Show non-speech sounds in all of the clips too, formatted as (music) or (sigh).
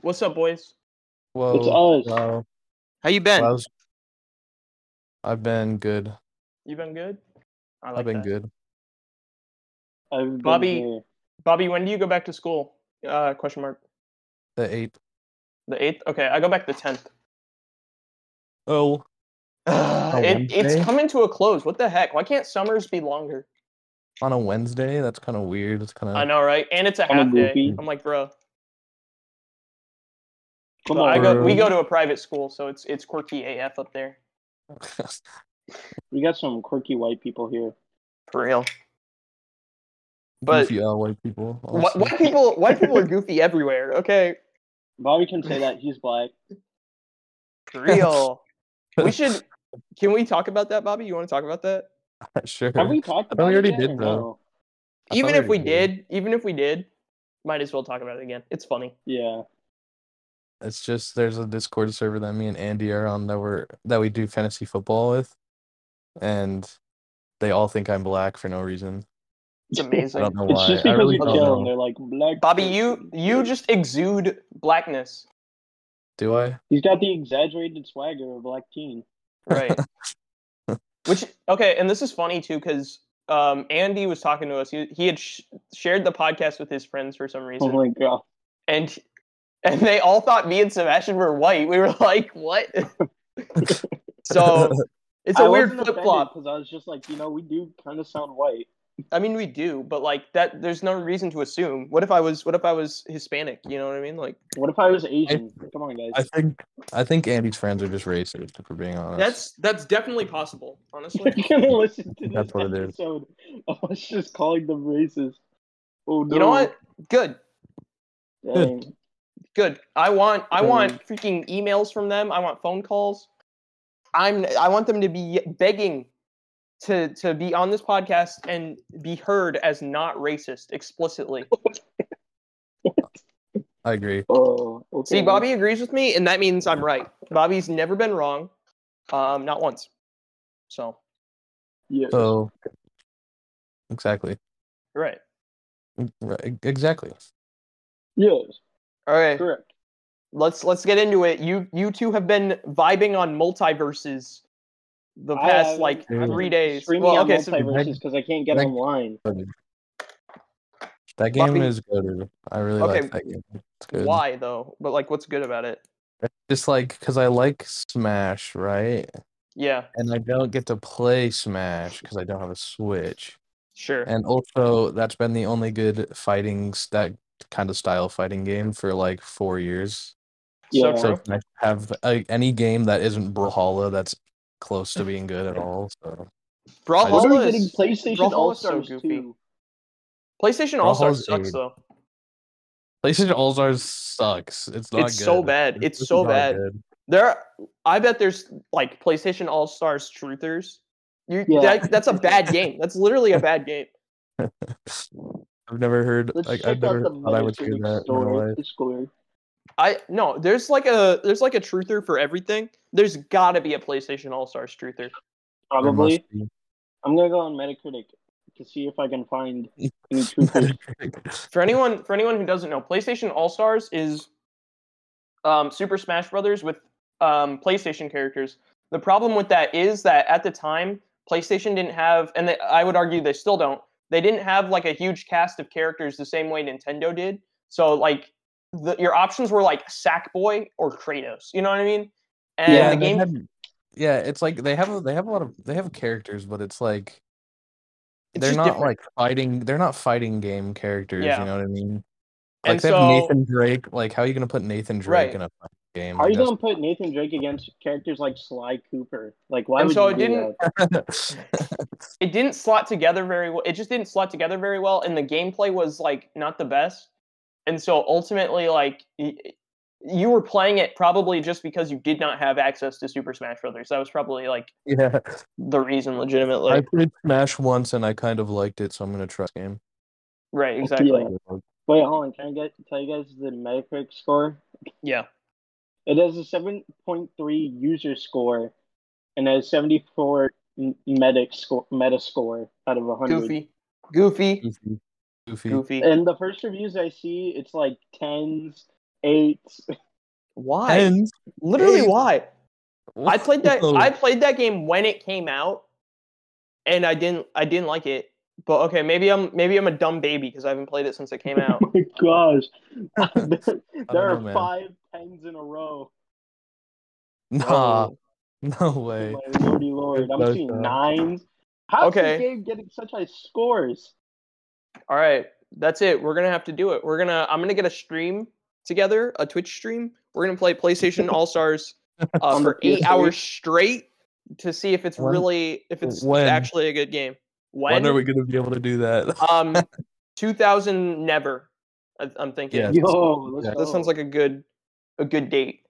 What's up, boys? Whoa. It's us. Wow. How you been? Wow's- I've been good. You been good? I I've been that. good. I've been Bobby- here. Bobby, when do you go back to school? Uh, question mark. The eight. The eighth. Okay, I go back the tenth. (sighs) Oh, it, it's Wednesday? coming to a close. What the heck? Why can't summers be longer? on a Wednesday. That's kind of weird. It's kind of. I (laughs) know, right? And it's a I'm a half day. goofy. I'm like, bro. Come But on, I go. bro. We go to a private school, so it's it's quirky AF up there. we got some quirky white people here. For real. But- goofy uh, white people. Wh- honestly. white people. White people are goofy everywhere. Okay. Bobby can say that (laughs) he's black. For real. we should. Can we talk about that, Bobby? You want to talk about that? (laughs) sure. Have we I talked thought about Oh, we it already yet did, or though. no? I thought even if we already did. did, even if we did, might as well talk about it again. It's funny. Yeah. It's just there's a Discord server that me and Andy are on that we're that we do fantasy football with, and they all think I'm black for no reason. It's I amazing. don't know (laughs) It's why. just I because really you don't kill know. him. They're like black. Bobby, person." you you just exude blackness, Do I? He's got the exaggerated swagger of a black teen. right? Which okay, and this is funny too because um, Andy was talking to us. He he had sh- shared the podcast with his friends for some Oh reason, my god. and and they all thought me and Sebastian were white. We were like, what? so it's a I weird wasn't offended flip flop. 'cause I was just like, you know, we do kind of sound white. I mean, we do, but like that, there's no reason to assume. What if I was? What if I was Hispanic? You know what I mean? Like. What if I was Asian? Come on, I guys. think I think Andy's friends are just racist. If we're being honest. That's that's definitely possible, (laughs) honestly. (laughs) You're gonna listen to this That's what it is. episode of us just calling them racist. Oh no! you know what? Good, Dang. good. I want I want Um, freaking emails from them. I want phone calls. I'm I want them to be begging to to be on this podcast and be heard as not racist explicitly. I agree. Oh, okay. See, Bobby agrees with me, and that means I'm right. Bobby's never been wrong, um, not once. So Yeah. So exactly. you're right. Right, exactly. Yes, All right. correct. let's let's get into it. You you two have been vibing on multiverses the I past have- like Dude. three days. Streaming Well, on okay, so multiverses because I can't get Thank- online. That game Fucking- is good. I really Okay, like that game. It's good. why though? But like, what's good about it? Just like because I like Smash, right? Yeah, And I don't get to play Smash because I don't have a Switch. sure. And also, that's been the only good fighting s- that kind of style fighting game for like four years. Yeah. So So true. can I have a, any game that isn't Brawlhalla that's close to (laughs) being good at all. So What are Brawlhalla we getting? is, PlayStation Brawlhalla's All Stars so goofy. Two. PlayStation All Stars Brawlhalla's sucks eight. though. PlayStation All Stars sucks. It's not It's so good. bad. It's just so not bad. good. There, are- I bet there's like PlayStation All Stars truthers. You Yeah. that, that's a (laughs) bad game. That's literally a bad game. I've never heard. Let's Like, check I've never out the thought I would hear Metacritic that in my store. life. The score. I no, there's like a there's like a truther for everything. There's got to be a PlayStation All Stars truther. There must Probably. be. I'm gonna go on Metacritic to see if I can find (laughs) any truth. for anyone for anyone who doesn't know, PlayStation All Stars is um, Super Smash Brothers with um, PlayStation characters. The problem with that is that at the time, PlayStation didn't have, and they, I would argue they still don't. They didn't have like a huge cast of characters the same way Nintendo did. So like, the, your options were like Sackboy or Kratos. You know what I mean? And Yeah, the they game, had- yeah, it's like they have a, they have a lot of they have characters, but it's like It's they're just not different. like fighting. They're not fighting game characters. Yeah. You know what I mean? Like And they so- have Nathan Drake. Like how are you gonna put Nathan Drake Right. in a fighting game? How are I you gonna put Nathan Drake against characters like Sly Cooper? Like, why And would so you it do didn't- that? guess? (laughs) it didn't slot together very well. It just didn't slot together very well, and the gameplay was like not the best. And so ultimately, like y- you were playing it probably just because you did not have access to Super Smash Brothers. That was probably like (laughs) yeah, the reason, legitimately. I played Smash once and I kind of liked it, so I'm gonna try the game. right? Exactly. Wait, hold on. Can I get tell you guys the Metacritic score? Yeah. It has a 7.3 user score and has 74 m- meta score, meta score out of 100. Goofy. Goofy. Goofy. Goofy. Goofy. And the first reviews I see, it's like tens, Oh eight. (laughs) Why? And Literally, Hey. why? (laughs) I played that. Whoa. I played that game when it came out, and I didn't. I didn't like it. But okay, maybe I'm maybe I'm a dumb baby because I haven't played it since it came out. Oh my gosh. there there know, are man. five tens in a row. Nah, Oh. (laughs) no way. My lordy lord. I'm Those, uh, seeing nines. How's Okay. this game getting such high scores? All right, that's it. We're gonna have to do it. We're gonna. I'm gonna get a stream together, a Twitch stream. We're gonna play (laughs) PlayStation All Stars uh, On the for eight PS3? hours straight to see if it's When- really if it's when? actually a good game. When? When are we gonna be able to do that? (laughs) um, 2000 never. I, I'm thinking. Yeah. Yo, let's Yeah. That sounds like a good, a good date.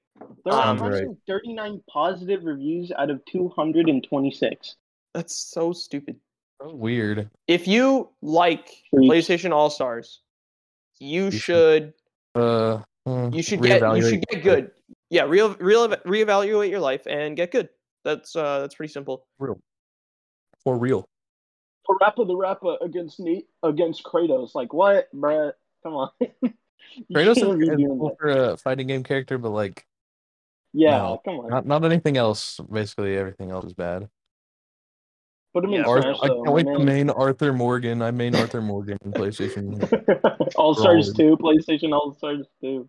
there um, are 139 positive reviews out of 226. That's so stupid. So weird. If you like Preach. PlayStation All Stars, you should should Uh, hmm, you should get you should reevaluate. get good. Yeah, real real reevaluate your life and get good. That's uh that's pretty simple. (laughs) for real. Parappa the Rappa against Nate against Kratos. Like what, bruh? Come on. (laughs) You Kratos can't be is, is doing cool that. for a fighting game character, but like Yeah, No. come on. not not anything else. Basically, everything else is bad. Put him in Yeah. Arth- Smash I though, can't wait to man. main Arthur Morgan. I main Arthur Morgan in PlayStation. (laughs) (laughs) All Stars Wrong. 2, PlayStation All Stars 2.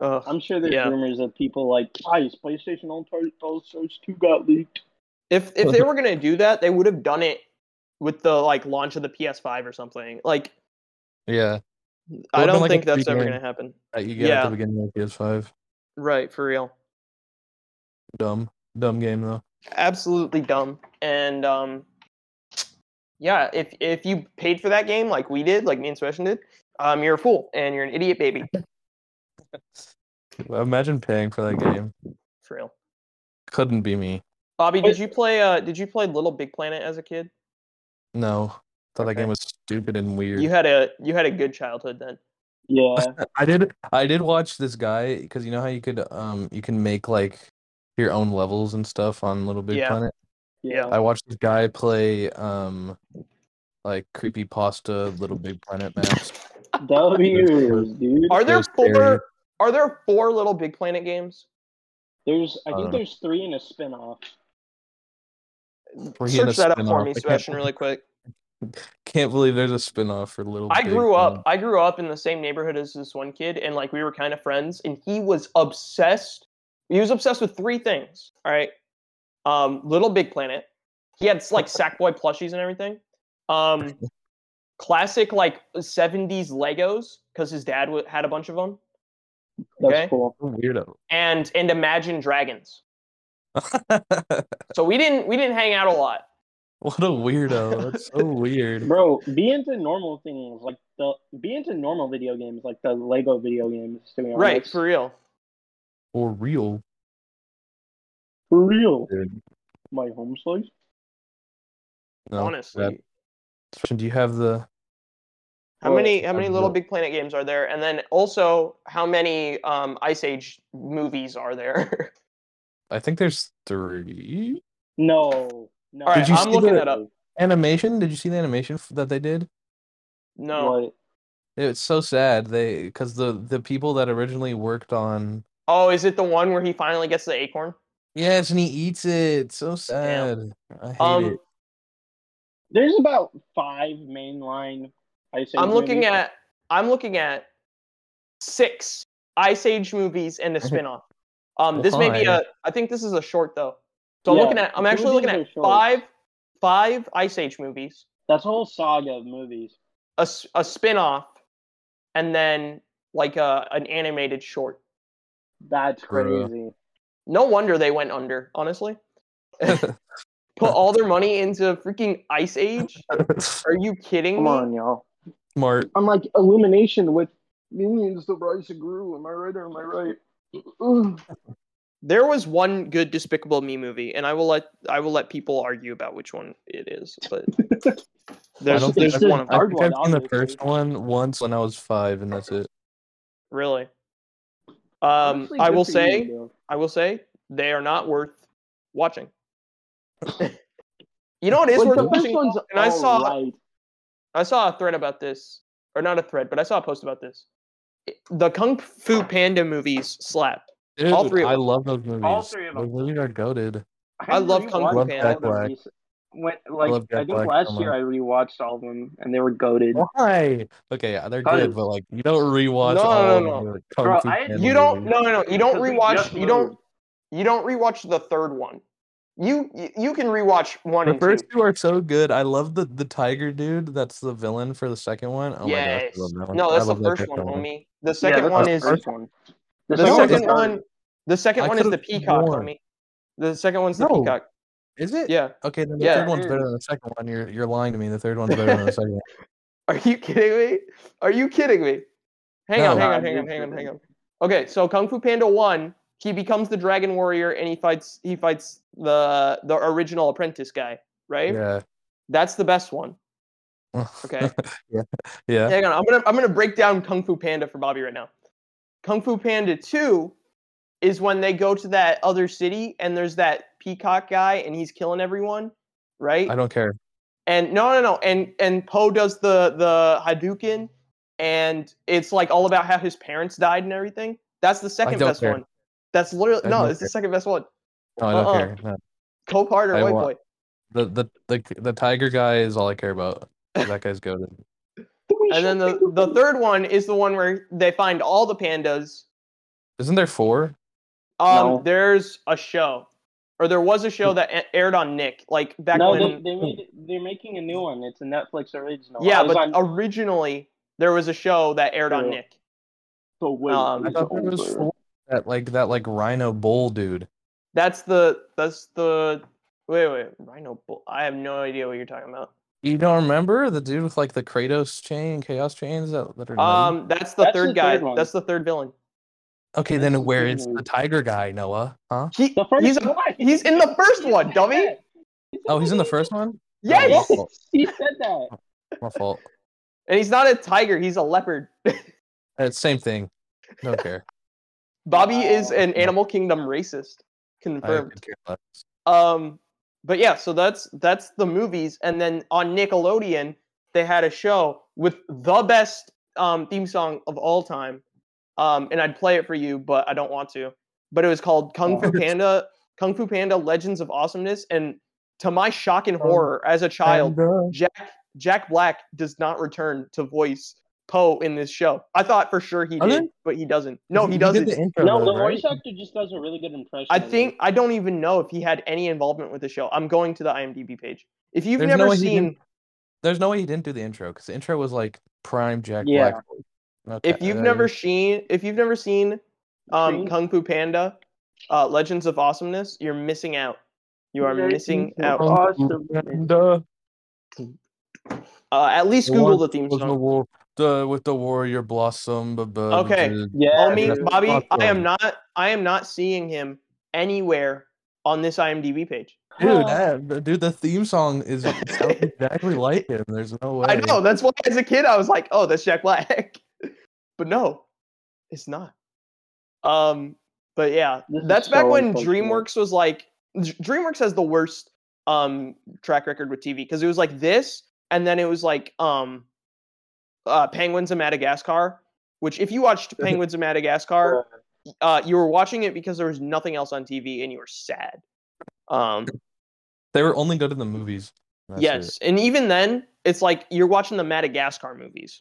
Ugh. I'm sure there's Yeah. rumors of people like, guys, PlayStation All Stars All Stars 2 got leaked. If if (laughs) they were gonna do that, they would have done it with the like launch of the PS5 or something. Like Yeah, I would've been don't like a think that's ever free game. gonna happen. that you get at Yeah. the beginning of PS5. Right, for real. Dumb, dumb game though. absolutely dumb. And um, yeah, if if you paid for that game like we did, like me and Sebastian did, um, you're a fool and you're an idiot baby. Imagine paying for that game. For real. Couldn't be me. Bobby, did you play? Uh, did you play Little Big Planet as a kid? No, thought that Okay. game was stupid and weird. You had a you had a good childhood then. (laughs) Yeah. I did. I did watch this guy because you know how you could um you can make like your own levels and stuff on Little Big Yeah. Planet. Yeah. I watched this guy play um like creepy pasta Little Big Planet maps. (laughs) W's, dude. Are there So scary. four? Are there four Little Big Planet games? There's, I I don't think know. there's three in a spinoff. Three and a Search that up for spin-off. me, I can't- Sebastian, really quick. Can't believe there's a spin-off for Little I Big grew up. Planet. I grew up in the same neighborhood as this one kid, and like we were kind of friends. And he was obsessed. He was obsessed with three things. All right, um, Little Big Planet. He had (laughs) like Sackboy plushies and everything. Um, classic like '70s Legos because his dad w- had a bunch of them, That's Okay. cool. Weirdo. and and Imagine Dragons. So we didn't we didn't hang out a lot. (laughs) What a weirdo. That's so (laughs) weird. Bro, be into normal things like the be into normal video games like the Lego video games. To be honest. Right, for real. For real. For real. Dude. My home slice. No, honestly. that- Sebastian, Do you have the How Well, many how many I've Little got- Big Planet games are there? And then also how many um, Ice Age movies are there? (laughs) I think there's three No. No. All right, Did you I'm see looking the- that up. animation. Did you see the animation f- that they did? No. What? It's so sad. They because the the people that originally worked on Oh, is it the one where he finally gets the acorn? yes, and he eats it. So sad. I hate Um, it. There's about five mainline. Ice Age I'm looking movies. at I'm looking at six Ice Age movies (laughs) and a spin-off. Um this may be Why? a I think this is a short though. So I'm Yeah, looking at I'm the actually looking movies at are short. five five Ice Age movies, That's a whole saga of movies. a, s- a spin-off, and then like a, an animated short. That's Bruh. crazy. No wonder they went under, (laughs) honestly. (laughs) Put all their money into freaking Ice Age? Are you kidding Come me? on, y'all. (laughs) Smart. I'm like Illumination with Minions: The Rise of Gru. Am I right or am I right? Ugh. There was one good Despicable Me movie, and I will let I will let people argue about which one it is, but (laughs) I there's, don't think there's I've, one of I them. hard think I've one, seen the obviously. first one once when I was five, and that's it. Really. Um, (laughs) Honestly, I good will for say you, bro. I will say they are not worth watching. (laughs) you know what is Like, worth the first watching? one's and I saw- alright. I saw a thread about this, or not a thread, but I saw a post about this. the Kung Fu Panda movies slap. All Dude, three of I them. love those movies. All three of them. Those movies are goaded. I love rewatched Kung Fu all Panda. of them Black. rec- When, like, I, love Jack think Black last so year much. I rewatched all of them and they were goaded. Why? Okay, yeah, they're Cause- good, but like you don't rewatch No, all no, of no. the Kung Bro, Fu I- Panda You don't movies. no no, no you don't Because we rewatch just you don't moved. you don't rewatch the third one. You you- you can rewatch one The and first two. two are so good. I love the the tiger dude. That's the villain for the second one. Oh yes. my gosh, I love that one. No, I that's the love that first one, second homie. The Yeah, second that's one the is first one. the No, second it's- one. The second I one is the could've peacock, sworn. homie. The second one's the No. peacock. Is it? Yeah. Okay, then the Yeah, third it one's better than the second one. You're you're lying to me. The third one's better than the second one. Are you kidding me? Are you kidding me? Hang on, No. hang on, Nah, hang on, dude, hang on, dude. hang on. Okay, so Kung Fu Panda one, he becomes the Dragon Warrior and he fights he fights the the original apprentice guy, right? Yeah. That's the best one. Okay. (laughs) yeah. Hang on, I'm gonna I'm gonna break down Kung Fu Panda for Bobby right now. Kung Fu Panda two is when they go to that other city and there's that peacock guy and he's killing everyone, right? I don't care. And no, no, no. And and Poe does the the Hadouken, and it's like all about how his parents died and everything. That's the second don't best care. one. That's literally I no. don't It's the care. second best one. No, I don't Uh-uh. care. No. Cope Hard or I White wa- Boy. The, the the the tiger guy is all I care about. That guy's goaded. And then the the third one is the one where they find all the pandas. Isn't there four? Um, No. there's a show, or there was a show that a- aired on Nick, like back no, they, when. they made, it- they're making a new one. It's a Netflix original. I yeah, was but on, originally there was a show that aired on Yeah. Nick. so wait, um, He's I it's thought there was over. four. That like that like rhino bull dude. That's the that's the wait wait Rhino. Bull. I have no idea what you're talking about. You don't remember the dude with like the Kratos chain, Chaos chains that, that are known? Um, that's the That's third the guy. third one. that's the third villain. Okay, that's then the where thing is is- the tiger guy, Noah? Huh? He, The first he's a- one. he's (laughs) in the first (laughs) one, dummy. Oh, he's in the first one. Yes, Oh, Yes, he said that. (laughs) My fault. and he's not a tiger. He's a leopard. Uh, same thing. Don't care. Bobby is Wow. an Animal Kingdom racist. I Confirmed. could care less. Um, but yeah, so that's that's the movies, and then on Nickelodeon they had a show with the best um, theme song of all time, um, and I'd play it for you, but I don't want to. But it was called Kung Fu Oh. Panda, Kung Fu Panda: Legends of Awesomeness, and to my shock and horror as a child, Oh, Panda. Jack Jack Black does not return to voice Poe in this show. I thought for sure he did, Doesn't? but he doesn't. No, he You did doesn't. the intro, No, the though, right? voice actor just does a really good impression. I of think it. I don't even know if he had any involvement with the show. I'm going to the IMDb page. If you've There's no never way he seen, didn't- There's no way he didn't do the intro because the intro was like prime Jack Yeah. Black. Okay, if you've there never is. seen, if you've never seen, um, Green. Kung Fu Panda, uh, Legends of Awesomeness, you're missing out. You are Legends missing of out. Awesomeness. (laughs) Awesome. Panda Uh, at least The war Google the theme was the song. war the with the warrior blossom. Okay. (gasps) Yeah, Homie, dude. Bobby, I am Awesome. not, I am not seeing him anywhere on this IMDb page. Dude, that, the- dude, the theme song is sounds exactly like him. There's no way. I know that's why as a kid I was like, oh, that's Jack Black, (laughs) but no, it's not. Um, but yeah, This is that's back so when unfortunate. DreamWorks was like, D- DreamWorks has the worst um track record with TV because it was like this, and then it was like um, uh, Penguins of Madagascar, which if you (laughs) watched Penguins of Madagascar, uh, you were watching it because there was nothing else on TV and you were sad. Um, They were only good in the movies. That's it. yes, and even then, it's like you're watching the Madagascar movies.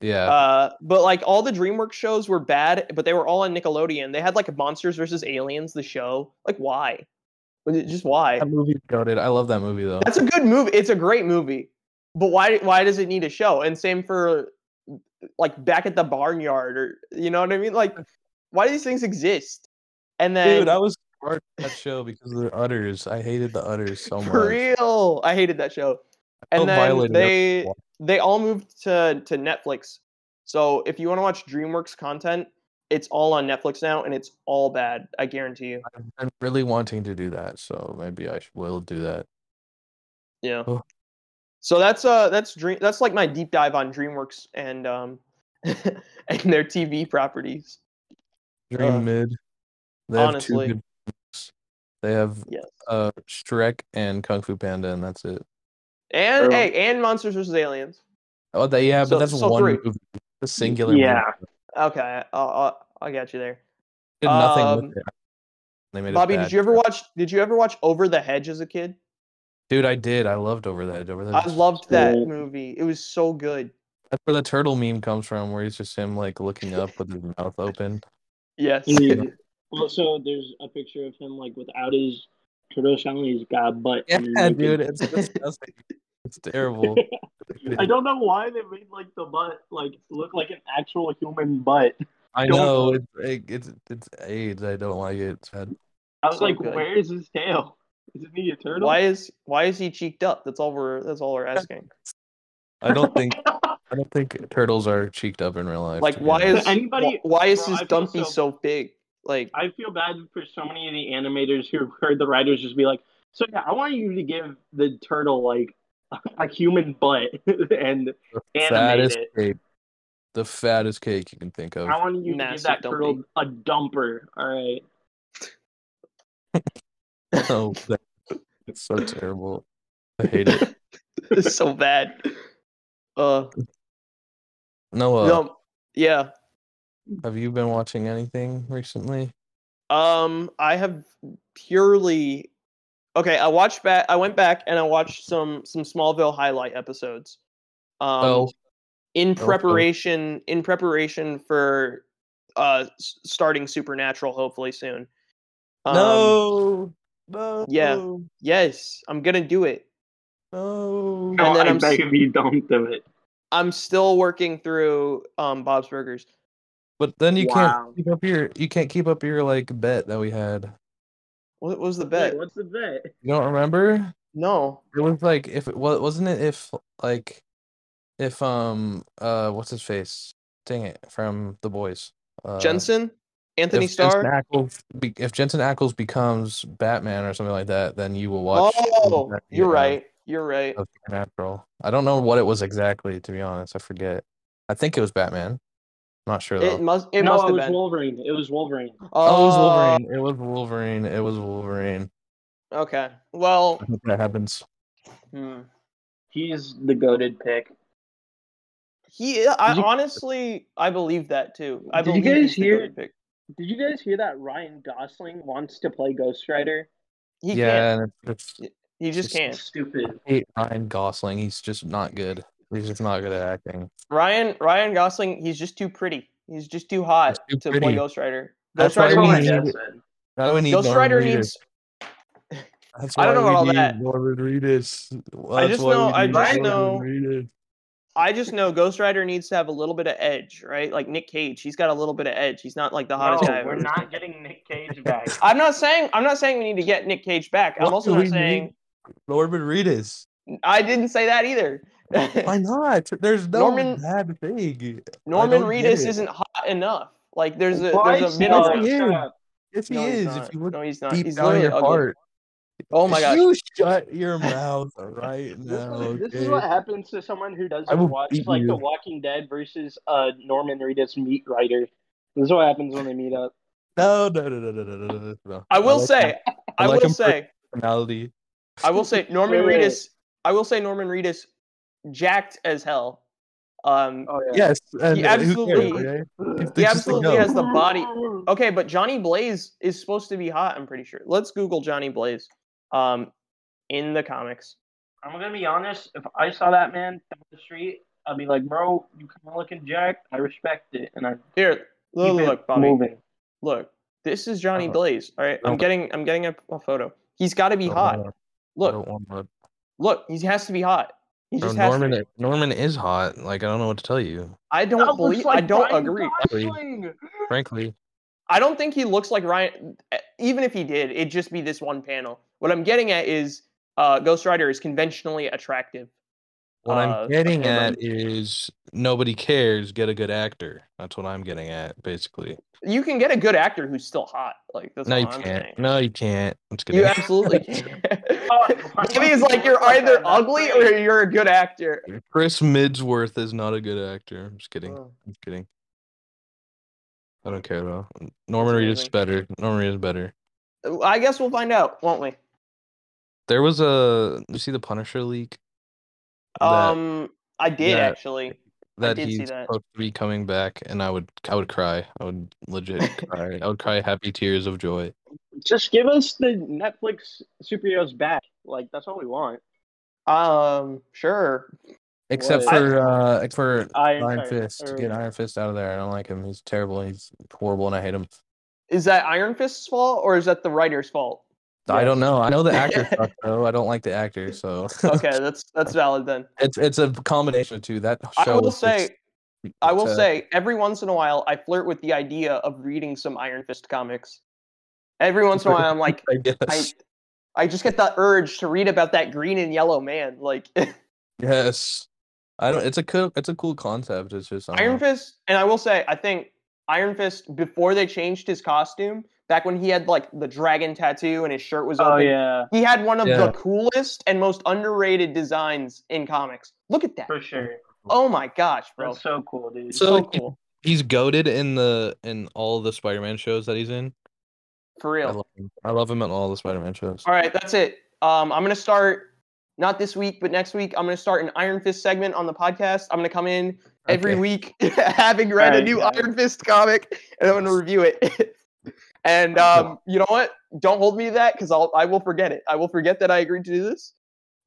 Yeah. Uh, but like all the DreamWorks shows were bad, but they were all on Nickelodeon. They had like Monsters versus Aliens, the show. Like why? Was it Just why? that movie goaded. I love that movie though. That's a good movie. It's a great movie. But why? Why does it need a show? And same for like back at the barnyard, or you know what I mean? (laughs) Like why do these things exist? And then Dude, I was scarred by that show because of the udders. I hated the udders so much. for real, I hated that show. Oh I And felt then violated every they once. they all moved to to Netflix. So if you want to watch DreamWorks content, it's all on Netflix now, and it's all bad. I guarantee you. I'm really wanting to do that, so maybe I sh- will do that. Yeah. Oh. So that's uh that's dream that's like my deep dive on DreamWorks and um (laughs) and their TV properties. Dream Uh, Mid. They honestly. have two good books. They have Yes. uh Shrek and Kung Fu Panda, and that's it. And True. hey, and Monsters vs Aliens. Oh, they, yeah, So- but that's so one three. movie. The singular. Yeah. movie. Okay, I'll, I'll, I'll get you there. Did nothing with Um, it. They made it Bobby, bad. did you ever watch? Did you ever watch Over the Hedge as a kid? Dude, I did. I loved Over the Edge. Over the I Edge is loved that Cool. movie. It was so good. That's where the turtle meme comes from, where he's just him like looking up with his mouth open. Yes. (laughs) Dude. Also, there's a picture of him like without his turtle on. He's got a butt. Yeah, Mm-hmm. underneath (laughs) dude, it. it's disgusting. It's (laughs) terrible. I don't know why they made like the butt like look like an actual human butt. I don't- know it's like, it's it's AIDS. I don't like it. It's bad. I was So like, good. where is his tail? Isn't he a turtle? Why is why is he cheeked up? That's all we're that's all we're asking. I don't think I don't think turtles are cheeked up in real life. Like to be (laughs) why honest. is Anybody- wh- why is bro, his I feel dumpy so- so big? Like I feel bad for so many of the animators who heard the writers just be like, so yeah, I want you to give the turtle like (laughs) a human butt (laughs) and the animate fattest it. cake? The fattest cake you can think of. I want you to give Massive that turtle dumpy. a dumper. All right. (laughs) Oh, that- it's so terrible. I hate (laughs) it. it's (laughs) so bad. Uh Noah, no, yeah. have you been watching anything recently? Um, I have purely okay. I watched back. I went back and I watched some some Smallville highlight episodes. Um, oh, in cool. preparation in preparation for uh s- starting Supernatural hopefully soon. Oh. Um, no, no, yeah. Yes, I'm gonna do it. no. No. And then I I'm s- beg of you, don't do it. I'm still working through um Bob's Burgers. But then you Wow. can't keep up your you can't keep up your like bet that we had. What was the bet? Wait, what's the bet? You don't remember? No. It was like if it was wasn't it if like if um uh what's his face? Dang it from the boys. Uh, Jensen? if Anthony Jensen Starr? Ackles be- if Jensen Ackles becomes Batman or something like that, then you will watch. Oh, the you're uh, right. You're right. Of Supernatural. I don't know what it was exactly. To be honest, I forget. I think it was Batman. Not sure though. It uh, must it no, must it have was been. Wolverine. It was Wolverine. oh, it was Wolverine. It was Wolverine. It was Wolverine. (laughs) Oh, Okay. Well, I hope that happens. hmm. He's the goaded pick. he I Did you- honestly I believe that too. I Did you believe guys he's the hear- goated pick. Did you guys hear that Ryan Gosling wants to play Ghost Rider? He can't. yeah, and it's, He just Just- can't. Stupid. I hate Ryan Gosling. He's just not good. He's just not good at acting. Ryan Ryan Gosling, he's just too pretty. He's just too hot He's to too play pretty. Ghost Rider. That's Ghost Rider why we needs need- That's why we need Ghost Norman Rider Reedus. needs That's I don't why know we about all need that. Norman Reedus. I That's just why we know- I need just Norman Reedus. I just know Ghost Rider needs to have a little bit of edge, right? Like Nick Cage, he's got a little bit of edge. He's not like the hottest guy. No, I've (laughs) we're ever- not getting Nick Cage back. I'm not saying I'm not saying we need to get Nick Cage back. What I'm also do not we saying Norman Reedus. I didn't say that either. (laughs) Why not? There's no Norman- bad thing. Norman don't get Reedus it. isn't hot enough. Like there's a Why there's a is he middle not? ground. Yeah. Shut up. Yes, he No, he's is. not. If you look no, he's not. deep he's down in literally your ugly. heart, Oh my gosh. you (laughs) shut your mouth right This, now. Oh, is, this okay? is what happens to someone who I will doesn't watch beat like you. The Walking Dead versus uh, Norman Reedus meat writer. This is what happens when they meet up. No, no, no, no, no, no, no, no, no. I will like say. I, like will him for- say. personality. I will (laughs) say Norman Wait, wait. Reedus. I will say Norman Reedus, jacked as hell. Um. (laughs) Oh Yes, and who absolutely- cares, okay? yeah. They He just absolutely go. has the (laughs) body. Okay, but Johnny Blaze is supposed to be hot. I'm pretty sure. Let's Google Johnny Blaze. Um, in the comics. I'm gonna be honest. If I saw that man down the street, I'd be like, "Bro, you kind of looking jacked. I respect it." And I Here, look, keep it look, Bobby. moving. Look, this is Johnny Uh-huh. Blaze. All right, I'm Okay. getting, I'm getting a, a photo. He's got to be Don't hot. wanna- I Look, don't wanna- look, he has to be hot. He Bro, just has to. be. Norman, Norman is hot. Like I don't know what to tell you. I That don't looks believe. like I don't Ryan agree. Gosling. Frankly, I don't think he looks like Ryan. eh, Even if he did, it'd just be this one panel. What I'm getting at is uh, Ghost Rider is conventionally attractive. what Uh, I'm getting okay, at is nobody cares. Get a good actor. That's what I'm getting at, basically. You can get a good actor who's still hot. Like that's no, all you I'm can't. saying. No, you can't. Let's get You it. absolutely can. Oh, why (laughs) Maybe it's like you're either ugly or you're a good actor. Chris Midsworth is not a good actor. I'm just kidding. Oh, I'm kidding. I don't care though. Norman Reedus is amazing. better. Norman Reedus is better. I guess we'll find out, won't we? There was a. You see the Punisher leak? That- Um, I did that- actually. that did see he's that. supposed to be coming back, and I would I would cry. I would legit (laughs) cry. I would cry happy tears of joy. Just give us the Netflix superheroes back. Like that's all we want. Um, sure. Except What? for uh, ex- for Iron, Iron Fist, Fist. or- Get Iron Fist out of there. I don't like him. He's terrible. He's horrible, and I hate him. Is that Iron Fist's fault or is that the writer's fault? I Yeah. don't know. I (laughs) know the actor sucks, though. I don't like the actor, so (laughs) Okay, that's that's valid then. it's it's a combination of two. That I show will is just- say I will it's, uh, say every once in a while I flirt with the idea of reading some Iron Fist comics. Every once in a while I'm (laughs) like I guess. I I just get the urge to read about that green and yellow man. Like Yes. I don't it's a cool it's a cool concept. It's just I don't Iron know. Fist, and I will say, I think Iron Fist before they changed his costume, back when he had like the dragon tattoo and his shirt was Oh open, yeah, he had one of Yeah. the coolest and most underrated designs in comics. Look at that! for sure. Oh my gosh, bro, That's so cool, dude. So- so cool he's goaded in the in all the Spider Man shows that he's in. (laughs) for I real. love him. I love him in all the Spider Man shows. All right, that's it. Um, I'm gonna start not this week, but next week. I'm gonna start an Iron Fist segment on the podcast. I'm gonna come in every Okay. week (laughs) having read a Alright, new guys. Iron Fist comic, and I'm (laughs) gonna review it. (laughs) and um, you know what? Don't hold me to that because I'll I will forget it. I will forget that I agreed to do this.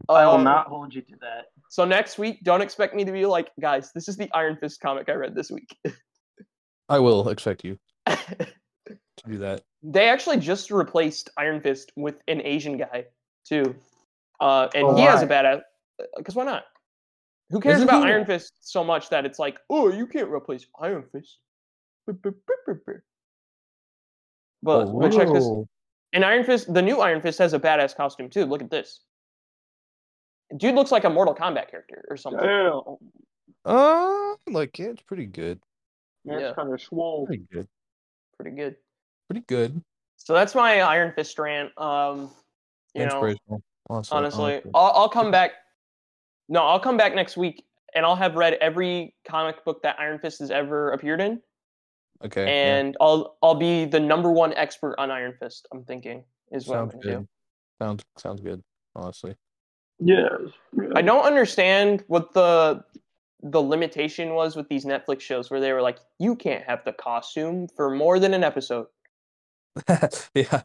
I will Um, not hold you to that. So next week, don't expect me to be like, guys, this is the Iron Fist comic I read this week. I will (laughs) expect you to do that. they actually just replaced Iron Fist with an Asian guy too, uh, and Oh, he has a why? badass. Because why not? Who cares Isn't about he- Iron Fist so much that it's like, oh, you can't replace Iron Fist. Boop, boop, boop, boop, boop. But we'll check this. Oh, Whoa. And Iron Fist, the new Iron Fist has a badass costume too. Look at this. Dude looks like a Mortal Kombat character or something. Ew, Uh like yeah, it's pretty good. that's Yeah. kind of swole. Pretty good. Pretty good. Pretty good. So that's my Iron Fist rant. Um, you know, Inspirational. Honestly. honestly honestly. I'll, I'll come back no i'll come back next week and i'll have read every comic book that iron fist has ever appeared in Okay. yeah. and i'll i'll be the number one expert on iron fist i'm thinking is what Sounds i'm gonna good. do Sounds sounds good, honestly. Yes. i don't understand what the the limitation was with these netflix shows where they were like you can't have the costume for more than an episode (laughs) yeah.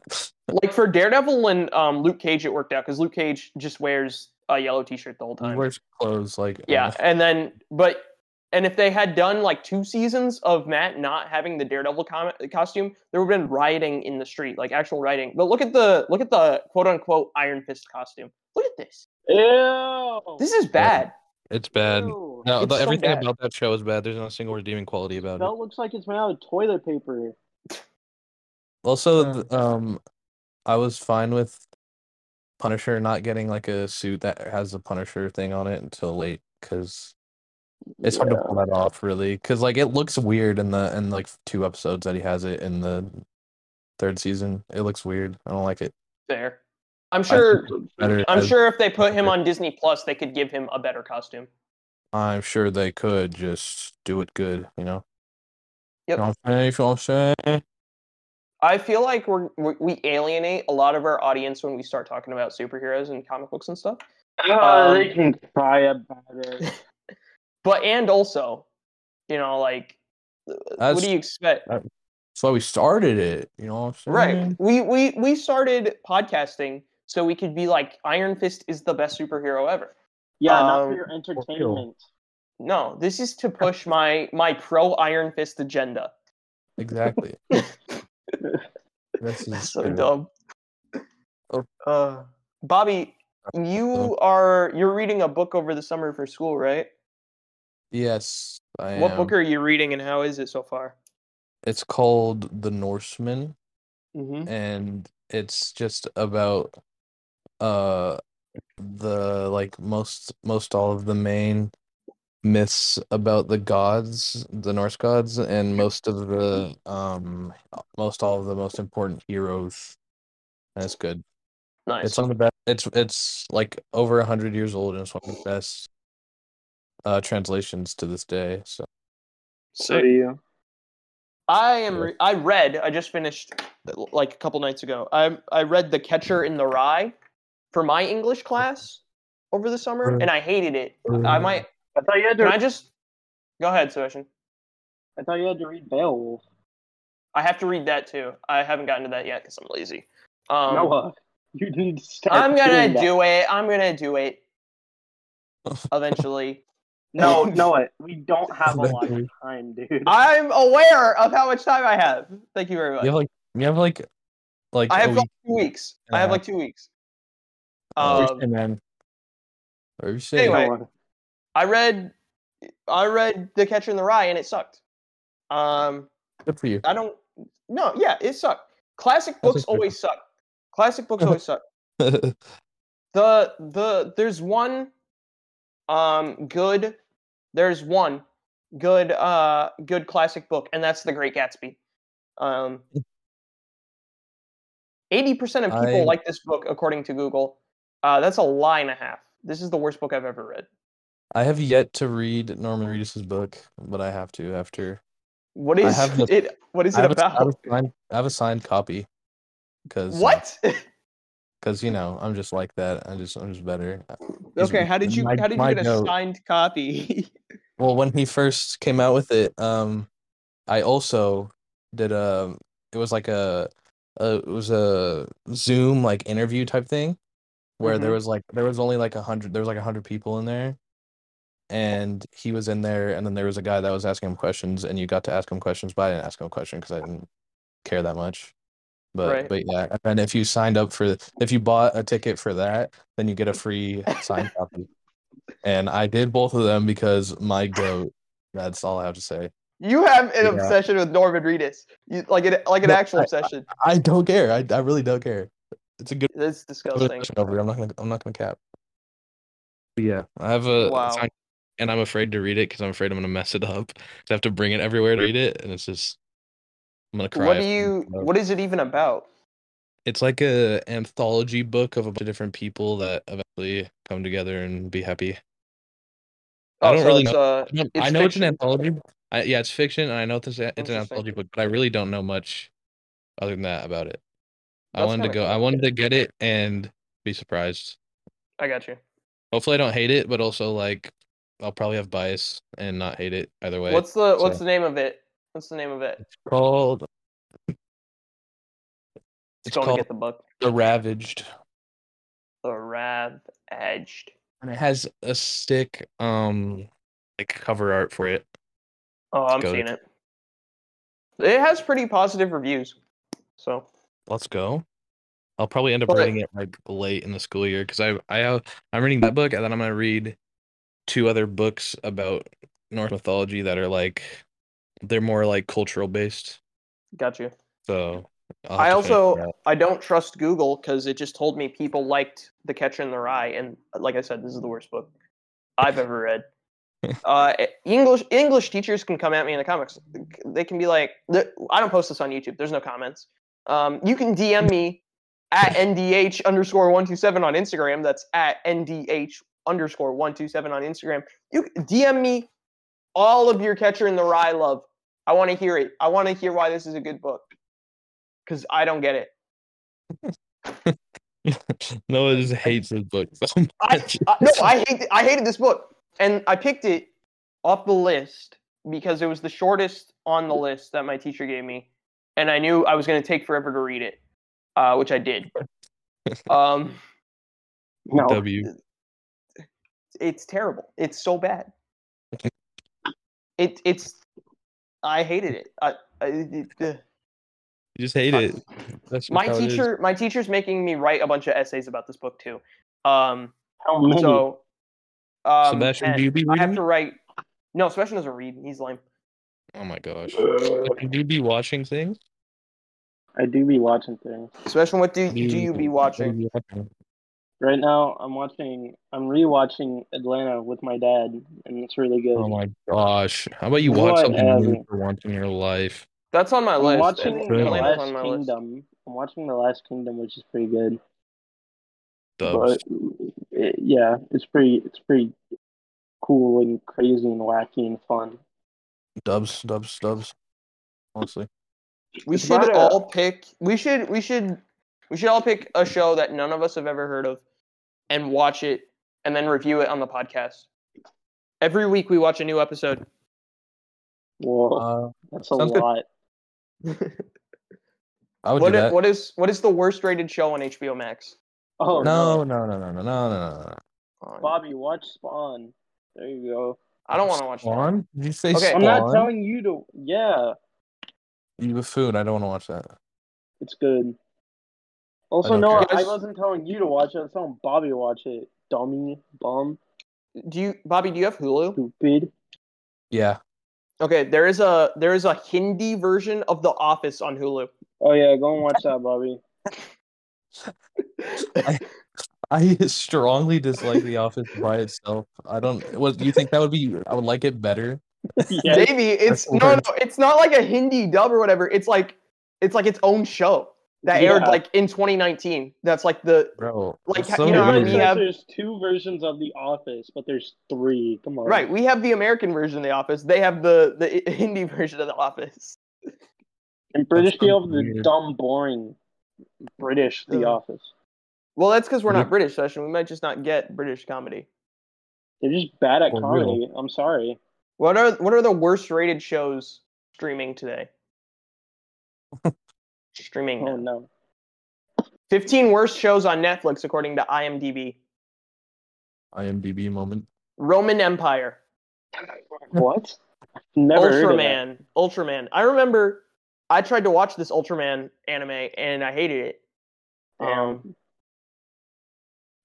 like for daredevil and um, luke cage it worked out because luke cage just wears a yellow t-shirt the whole He time wears clothes like Yeah, uh, and then but and if they had done like two seasons of Matt not having the Daredevil com- costume, there would have been rioting in the street, like actual rioting. But look at the look at the quote unquote Iron Fist costume. Look at this. Ew. This is bad. it's bad. Ew. No, It's the, so everything bad. about that show is bad. There's not a single redeeming quality about it. Belt looks like it's made out of toilet paper. Also, Yeah. th- um, I was fine with Punisher not getting like a suit that has the Punisher thing on it until late because it's hard to pull that off really. Because like it looks weird in the in like two episodes that he has it in the third season. It looks weird. I don't like it. There. I'm sure Better I'm as- sure if they put him on Disney Plus, they could give him a better costume. I'm sure they could just do it good. You know. Yep. Uh, You know what I'm saying? You know what I'm saying? I feel like we're, we we alienate a lot of our audience when we start talking about superheroes and comic books and stuff. Oh, they Um, can cry about it. But and also, you know, like That's- what do you expect? That's why we started it. You know what I'm saying? Right. We we we started podcasting so we could be like Iron Fist is the best superhero ever. (laughs) Yeah, not Um, for your entertainment. No, this is to push my my pro Iron Fist agenda. (laughs) Exactly. This That's is so good. dumb. Oh. Uh, Bobby, you are you're reading a book over the summer for school, right? Yes, I What book am. are you reading and how is it so far? It's called The Norseman, Mm-hmm. and it's just about uh the like most most all of the main myths about the gods, the Norse gods, and most of the um most all of the most important heroes. And it's good. Nice. It's one of the best. It's it's like over a hundred years old, and it's one of the best uh translations to this day. So Sick. you? I am. Re- I read. I just finished like a couple nights ago. I I read The Catcher in the Rye for my English class over the summer, and I hated it. I might. I thought you had Can to. I just? Go ahead, Sebastian. I thought you had to read Beowulf. I have to read that too. I haven't gotten to that yet because I'm lazy. Um, Noah, (laughs) you need to start. I'm doing gonna that. do it. I'm gonna do it (laughs) eventually. (laughs) No, Noah, we don't have a lot of Eventually. time, dude. I'm aware of how much time I have. Thank you very much. You have like you have like like I a have like week two weeks. and I a have half. like two weeks. Um, Oh, shit, man. What are you saying? anyway. Noah, I read, I read The Catcher in the Rye, and it sucked. Um, Good for you. (laughs) I don't. No, yeah, it sucked. Classic That's books okay. always suck. Classic books always suck. The the there's one, um, good. There's one good uh good classic book, and that's The Great Gatsby. Um. 80% of people I- like this book according to google uh, that's a lie and a half this is the worst book i've ever read I have yet to read Norman Reedus' book, but I have to after. What I is have the- (laughs) it? What is I it have, a, I, have about? a signed, I have a signed copy. Cause (laughs) What? Because you know, I'm just like that. I just I'm just better. He's- okay, how did you my- how did my you get a goat. signed copy? (laughs) Well, when he first came out with it, um, I also did a. It was like a, a it was a Zoom like interview type thing, where there Mhm. was like there was only like a hundred there was like a hundred people in there, and he was in there, and then there was a guy that was asking him questions, and you got to ask him questions, but I didn't ask him a question because I didn't care that much. But Right. but yeah, and if you signed up for if you bought a ticket for that, then you get a free signed (laughs) copy. And I did both of them because my goat. That's all I have to say. you have an Yeah. obsession with Norman Reedus, you, like an like an No, actual I- obsession. I don't care. I, I really don't care. It's a good That's disgusting. discussion over. here. I'm not gonna I'm not gonna cap. But yeah, I have a Wow. signed- and I'm afraid to read it because I'm afraid I'm gonna mess it up. 'Cause I have to bring it everywhere to read it, and it's just I'm gonna cry. What do if- you? What is it even about? It's like a anthology book of a bunch of different people that eventually come together and be happy. I don't really it's, know. Uh, I know- it's I know it's an fiction. anthology. I, yeah, it's fiction, and I know it's a, it's an Interesting. anthology book, but I really don't know much other than that about it. I That's wanted to kinda go. I cool. wanted to get it and be surprised. I got you. Hopefully, I don't hate it, but also like I'll probably have bias and not hate it either way. What's the What's so- the name of it? What's the name of it? It's called? It's It's going to called get the book. The Ravaged, The Rav Edged. and it has a stick um like cover art for it. Oh, I'm go to- seeing it. It has pretty positive reviews. So Let's go. I'll probably end up But- reading it like late in the school year because I I have, I'm reading that book and then I'm gonna read two other books about Norse mythology that are like they're more like cultural based. got you. So I'll I have to finish also that. I don't trust Google because it just told me people liked The Catcher in the Rye, and like I said, this is the worst book I've ever read. uh, English English teachers can come at me in the comments. They can be like, th- I don't post this on YouTube. There's no comments. Um, you can DM me at ndh underscore one two seven on Instagram. That's at ndh underscore one two seven on Instagram. You c- DM me all of your Catcher in the Rye love. I want to hear it. I want to hear why this is a good book because I don't get it. (laughs) Noah just hates his book (laughs) so I, much. I no, I hate I hated this book, and I picked it off the list because it was the shortest on the list that my teacher gave me, and I knew I was going to take forever to read it, uh, which I (laughs) did. Um, no. W. it's terrible. It's so bad. It it's I hated it. I, I, it, it You just hate it. That's just my how it is. teacher my teacher's making me write a bunch of essays about this book too. Um, How many? so um, Sebastian, and- do you be I have reading? to write. No, Sebastian doesn't read. He's lame. Oh my gosh. Uh, Sebastian, Do you be watching things? I do be watching things. Sebastian, what do, do you- you be what are watching? you watching? Right now, I'm watching. I'm rewatching Atlanta with my dad, and it's really good. Oh my gosh. How about you What watch something happened? new for once in your life? That's on my I'm list. watching Atl- Good. The Atlanta's Last on my list. Kingdom. I'm watching The Last Kingdom, which is pretty good. Dubs. But it, yeah, it's pretty. It's pretty cool and crazy and wacky and fun. Dubs, dubs, dubs. (laughs) Honestly. We It's should about a- all pick. We should. We should. We should all pick a show that none of us have ever heard of, and watch it, and then review it on the podcast. Every week we watch a new episode, Whoa, Uh, that's a sounds good. lot. I would What do i- that. what is what is the worst rated show on HBO Max? Oh no, no, no, no, no, no, no, no, no. Oh, Bobby, watch Spawn. There you go. I don't want to watch that. Spawn? Did you say Okay. Spawn? I'm not telling you to. Yeah, you buffoon. I don't want to watch that. it's good. Also, don't no, care. I wasn't telling you to watch it. I was telling Bobby to watch it. Dummy, bum, Do you, Bobby? Do you have Hulu? stupid. Yeah. Okay, there is a there is a Hindi version of The Office on Hulu. Oh yeah, go and watch that, (laughs) Bobby. I (laughs) strongly dislike The Office by itself. I don't. What you think that would be? I would like it better. yeah, Maybe it's That's no, no, weird. it's not like a Hindi dub or whatever. It's like it's like its own show that aired Yeah. like in 2019. That's like the Bro, Like, it's ha- so you know how weird. we have- there's two versions of The Office, but there's three. Come on. right. We have the American version of The Office. They have the the (laughs) I- Hindi version of The Office. And British That's people so have the weird. dumb, boring British The Yeah. Office. Well, that's because we're Yeah. not British, Session. We might just not get British comedy. They're just bad at For comedy. I'm sorry. What are what are the worst rated shows streaming today? streaming. Oh now. (laughs) no. 15 worst shows on Netflix according to IMDb. IMDb moment. (laughs) Roman Empire, What? Never heard of that. Ultraman, Ultraman. I remember I tried to watch this Ultraman anime and I hated it. Um,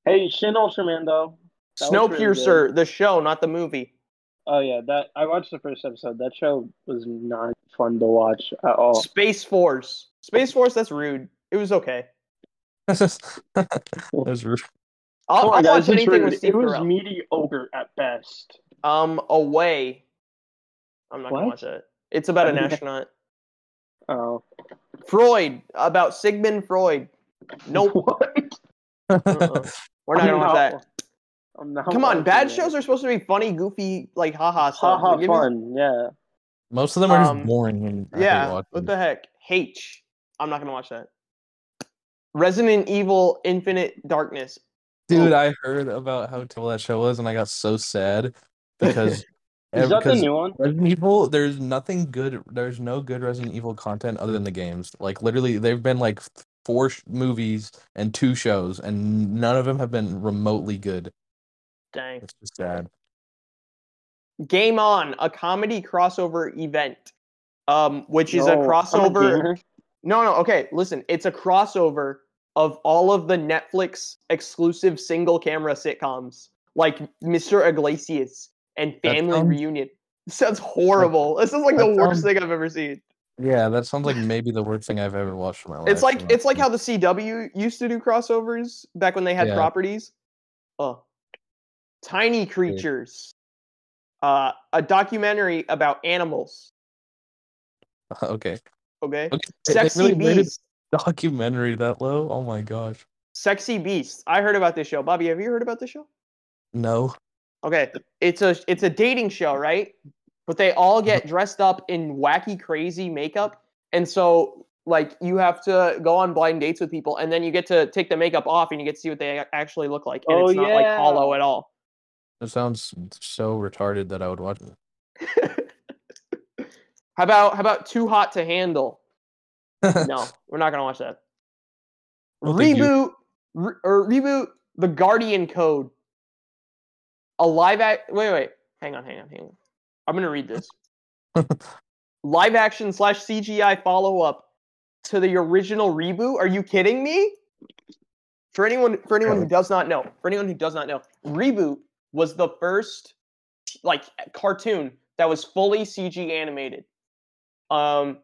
Hey, Shin Ultraman though. that was pretty Snowpiercer, the show, not the movie. Oh yeah, that I watched the first episode. That show was not fun to watch at all. Space Force. Space Force, that's rude. It was okay. That's rude. I'll, I'll Come on, guys, watch it's anything rude. with Steve It was Carell. mediocre at best. um, Away. I'm not gonna What? watch that. It's about an Okay. astronaut. Oh. Freud, about Sigmund Freud. Nope. (laughs) What? Uh-uh. We're not I'm gonna watch that. I'm not Come on, watching bad that. shows are supposed to be funny, goofy, like haha stuff. haha Like, give me- fun. Yeah. Most of them are just Um, boring and I hate Yeah. watching What the heck? H. I'm not gonna watch that. Resident Evil Infinite Darkness. Dude, I heard about how terrible that show was, and I got so sad (laughs) because Is ev- that the because new one? Resident Evil, there's nothing good. There's no good Resident Evil content other than the games. Like literally, they've been like f- four sh- movies and two shows, and none of them have been remotely good. Dang. It's just sad. Game On, a comedy crossover event. Um, which is a No, I'm crossover. gamer. (laughs) no, no, okay. Listen, it's a crossover of all of the Netflix exclusive single camera sitcoms, like Mr. Iglesias and That Family sounds- Reunion. This sounds horrible. This is like the that worst sounds- thing I've ever seen. Yeah, that sounds like maybe the worst thing I've ever watched in my life. It's like and it's like how the CW used to do crossovers back when they had Yeah. properties. Oh, tiny creatures, uh, a documentary about animals. (laughs) (laughs) okay, Okay, okay. they- they sexy really rated beasts. documentary that low. Oh my gosh, Sexy beasts. I heard about this show. Bobby, have you heard about this show? no. Okay, it's a it's a dating show, right? But they all get dressed up in wacky, crazy makeup, and so like you have to go on blind dates with people, and then you get to take the makeup off, and you get to see what they ac- actually look like, and Oh, it's not like yeah. hollow at all. That sounds so retarded that I would watch it. (laughs) How about how about Too Hot to Handle? No, we're not gonna watch that. Well, thank you. Reboot re- or reboot the Guardian Code. A live act. Wait, wait, hang on, hang on, hang on. I'm gonna read this. live action slash CGI follow up to the original reboot. Are you kidding me? For anyone, for anyone who does not know, for anyone who does not know, reboot was the first like cartoon that was fully CG animated. Um,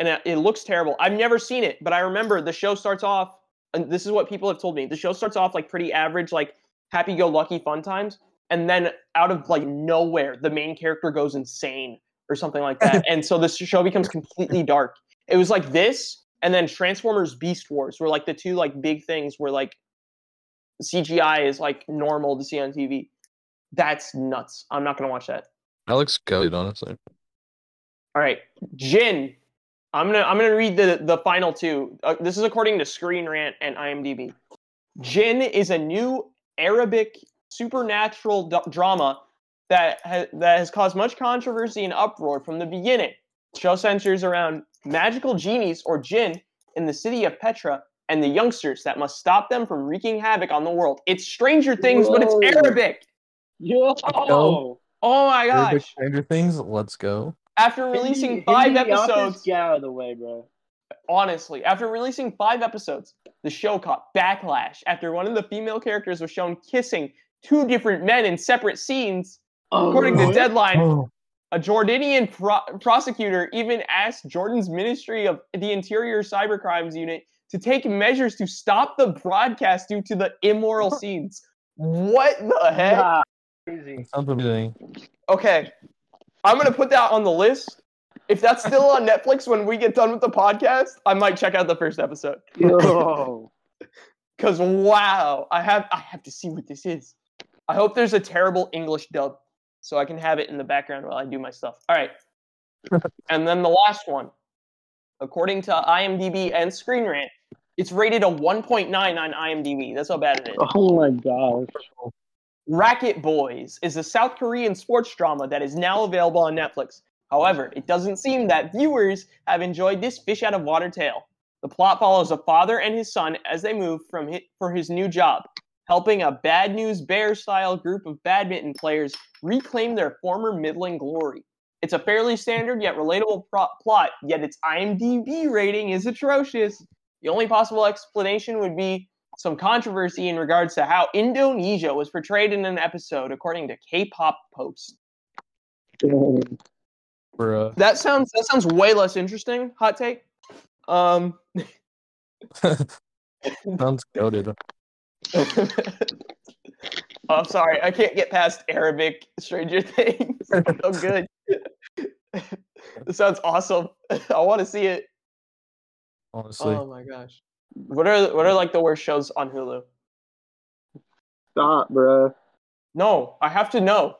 and it, it looks terrible. I've never seen it, but I remember the show starts off, and this is what people have told me. The show starts off like pretty average, like happy-go-lucky fun times, and then out of like nowhere, the main character goes insane or something like that, and so this show becomes completely dark. It was like this, and then Transformers: Beast Wars were like the two like big things where like CGI is like normal to see on TV. That's nuts. I'm not gonna watch that. That looks good, honestly. All right, Jin. I'm gonna I'm gonna read the the final two. Uh, this is according to Screen Rant and IMDb. Jin is a new Arabic supernatural d- drama that ha- that has caused much controversy and uproar from the beginning. The show centers around magical genies or jinn in the city of Petra and the youngsters that must stop them from wreaking havoc on the world. It's Stranger Things, but Whoa. it's Arabic. Yo. No. Oh my Arabic gosh! Stranger Things. Let's go. After releasing Hindi- five Hindi Office, episodes, Get out of the way, bro. honestly, after releasing five episodes, the show caught backlash after one of the female characters was shown kissing two different men in separate scenes. According to really? Deadline, Oh, A Jordanian pro- prosecutor even asked Jordan's Ministry of the Interior Cybercrimes Unit to take measures to stop the broadcast due to the immoral scenes. What the heck? Nah, crazy. sounds amazing. Okay, I'm gonna put that on the list. If that's still on Netflix when we get done with the podcast, I might check out the first episode. Yo. (laughs) Cause wow, I have I have to see what this is. I hope there's a terrible English dub so I can have it in the background while I do my stuff. All right. and then the last one. According to IMDb and Screen Rant, it's rated a 1.9 on IMDb. That's how bad it is. oh my gosh. Racket Boys is a South Korean sports drama that is now available on Netflix. However, it doesn't seem that viewers have enjoyed this fish out of water tale. The plot follows a father and his son as they move from hi for his new job, helping a bad news bear style group of badminton players reclaim their former middling glory. It's a fairly standard yet relatable pro- plot, yet its IMDb rating is atrocious. The only possible explanation would be some controversy in regards to how Indonesia was portrayed in an episode, according to K-pop Post. Bruh. That sounds that sounds way less interesting. Hot take. Um, (laughs) Sounds goaded. I'm Oh, sorry, I can't get past Arabic Stranger (laughs) Things. so good. (laughs) this sounds awesome. (laughs) I want to see it. Honestly, Oh my gosh. What are what are like the worst shows on Hulu? Stop, bro. No, I have to know.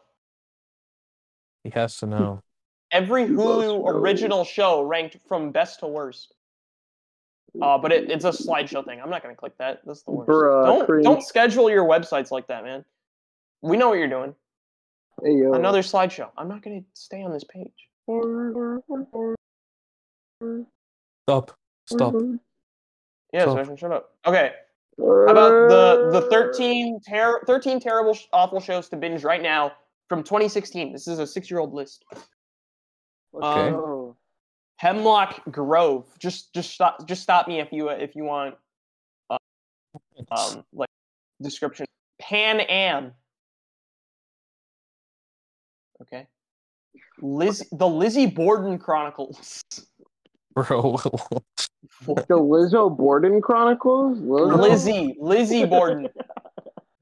he has to know. every Who else Hulu knows? original show ranked from best to worst. Uh, but it, it's a slideshow thing. I'm not gonna click that. That's the worst. Bruh, don't cringe. don't schedule your websites like that, man. We know what you're doing. Hey, yo. Another slideshow. I'm not gonna stay on this page. Stop. Stop. Yeah, so So- I can shut up. Okay. How about the the 13 ter- 13 terrible sh- awful shows to binge right now from 2016. This is a six year old list. Okay. uh, Oh. Hemlock Grove. Just just stop just stop me if you if you want um like description. Pan Am. Okay. Liz the Lizzie Borden Chronicles. (laughs) Bro, (laughs) The Lizzo Borden Chronicles? Lizzo, Lizzie, Lizzie Borden,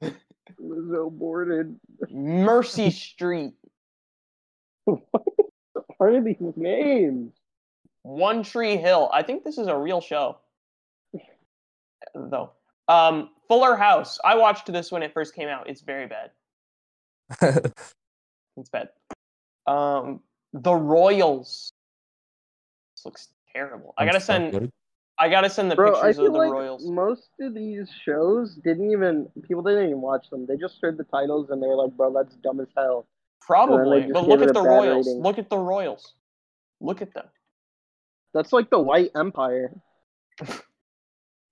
(laughs) Lizzo Borden. Mercy Street, What are these names? One Tree Hill. I think this is a real show. Though. Um Fuller House. I watched this when it first came out. It's very bad. It's bad. Um, the Royals. This looks terrible. I gotta Sounds so send. good. I gotta send the Bro, I pictures feel of the like Royals. most of these shows didn't even, people didn't even watch them. They just heard the titles and they were like, bro, that's dumb as hell. Probably, just but give look it at a the bad Royals. rating. Look at the Royals. Look at them. That's like the White Empire.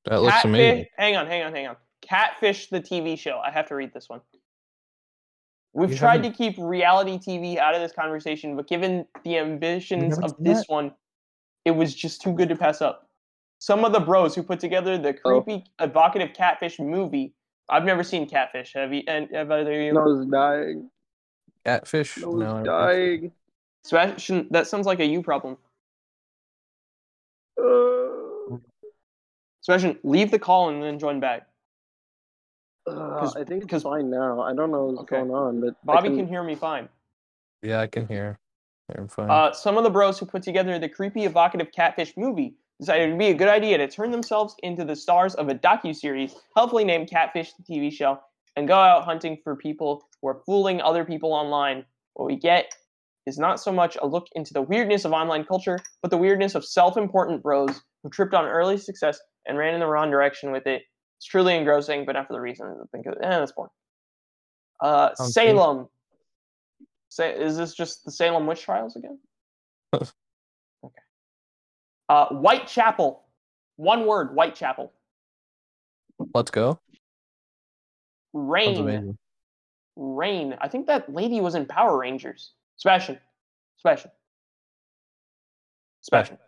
That looks Catfish- amazing. Hang on, hang on, hang on. Catfish, the TV show. I have to read this one. We've You tried to keep reality TV out of this conversation, but given the ambitions haven't of done this one, it was just too good to pass up. Some of the bros who put together the Oh. creepy, evocative catfish movie. I've never seen Catfish. Have you? And have either of you? Noah's dying. Catfish? No. Noah's I- dying. Sebastian, that sounds like a you problem. Uh, Sebastian, leave the call and then join back. uh, I think because- it's fine now. I don't know what's Okay. going on, but I Bobby can hear me fine. Yeah, I can hear. I'm fine. Uh, some of the bros who put together the creepy, evocative catfish movie decided it would be a good idea to turn themselves into the stars of a docu-series, helpfully named Catfish the TV show, and go out hunting for people who are fooling other people online. What we get is not so much a look into the weirdness of online culture, but the weirdness of self-important bros who tripped on early success and ran in the wrong direction with it. It's truly engrossing, but not for the reason. I think of eh, that's boring. Uh, Sounds good. Salem. Say, is this just the Salem witch trials (laughs) again? okay. Uh, Whitechapel. One word. Whitechapel. Let's go. Sounds Rain. amazing. Rain. I think that lady was in Power Rangers. Sebastian. Sebastian. Sebastian.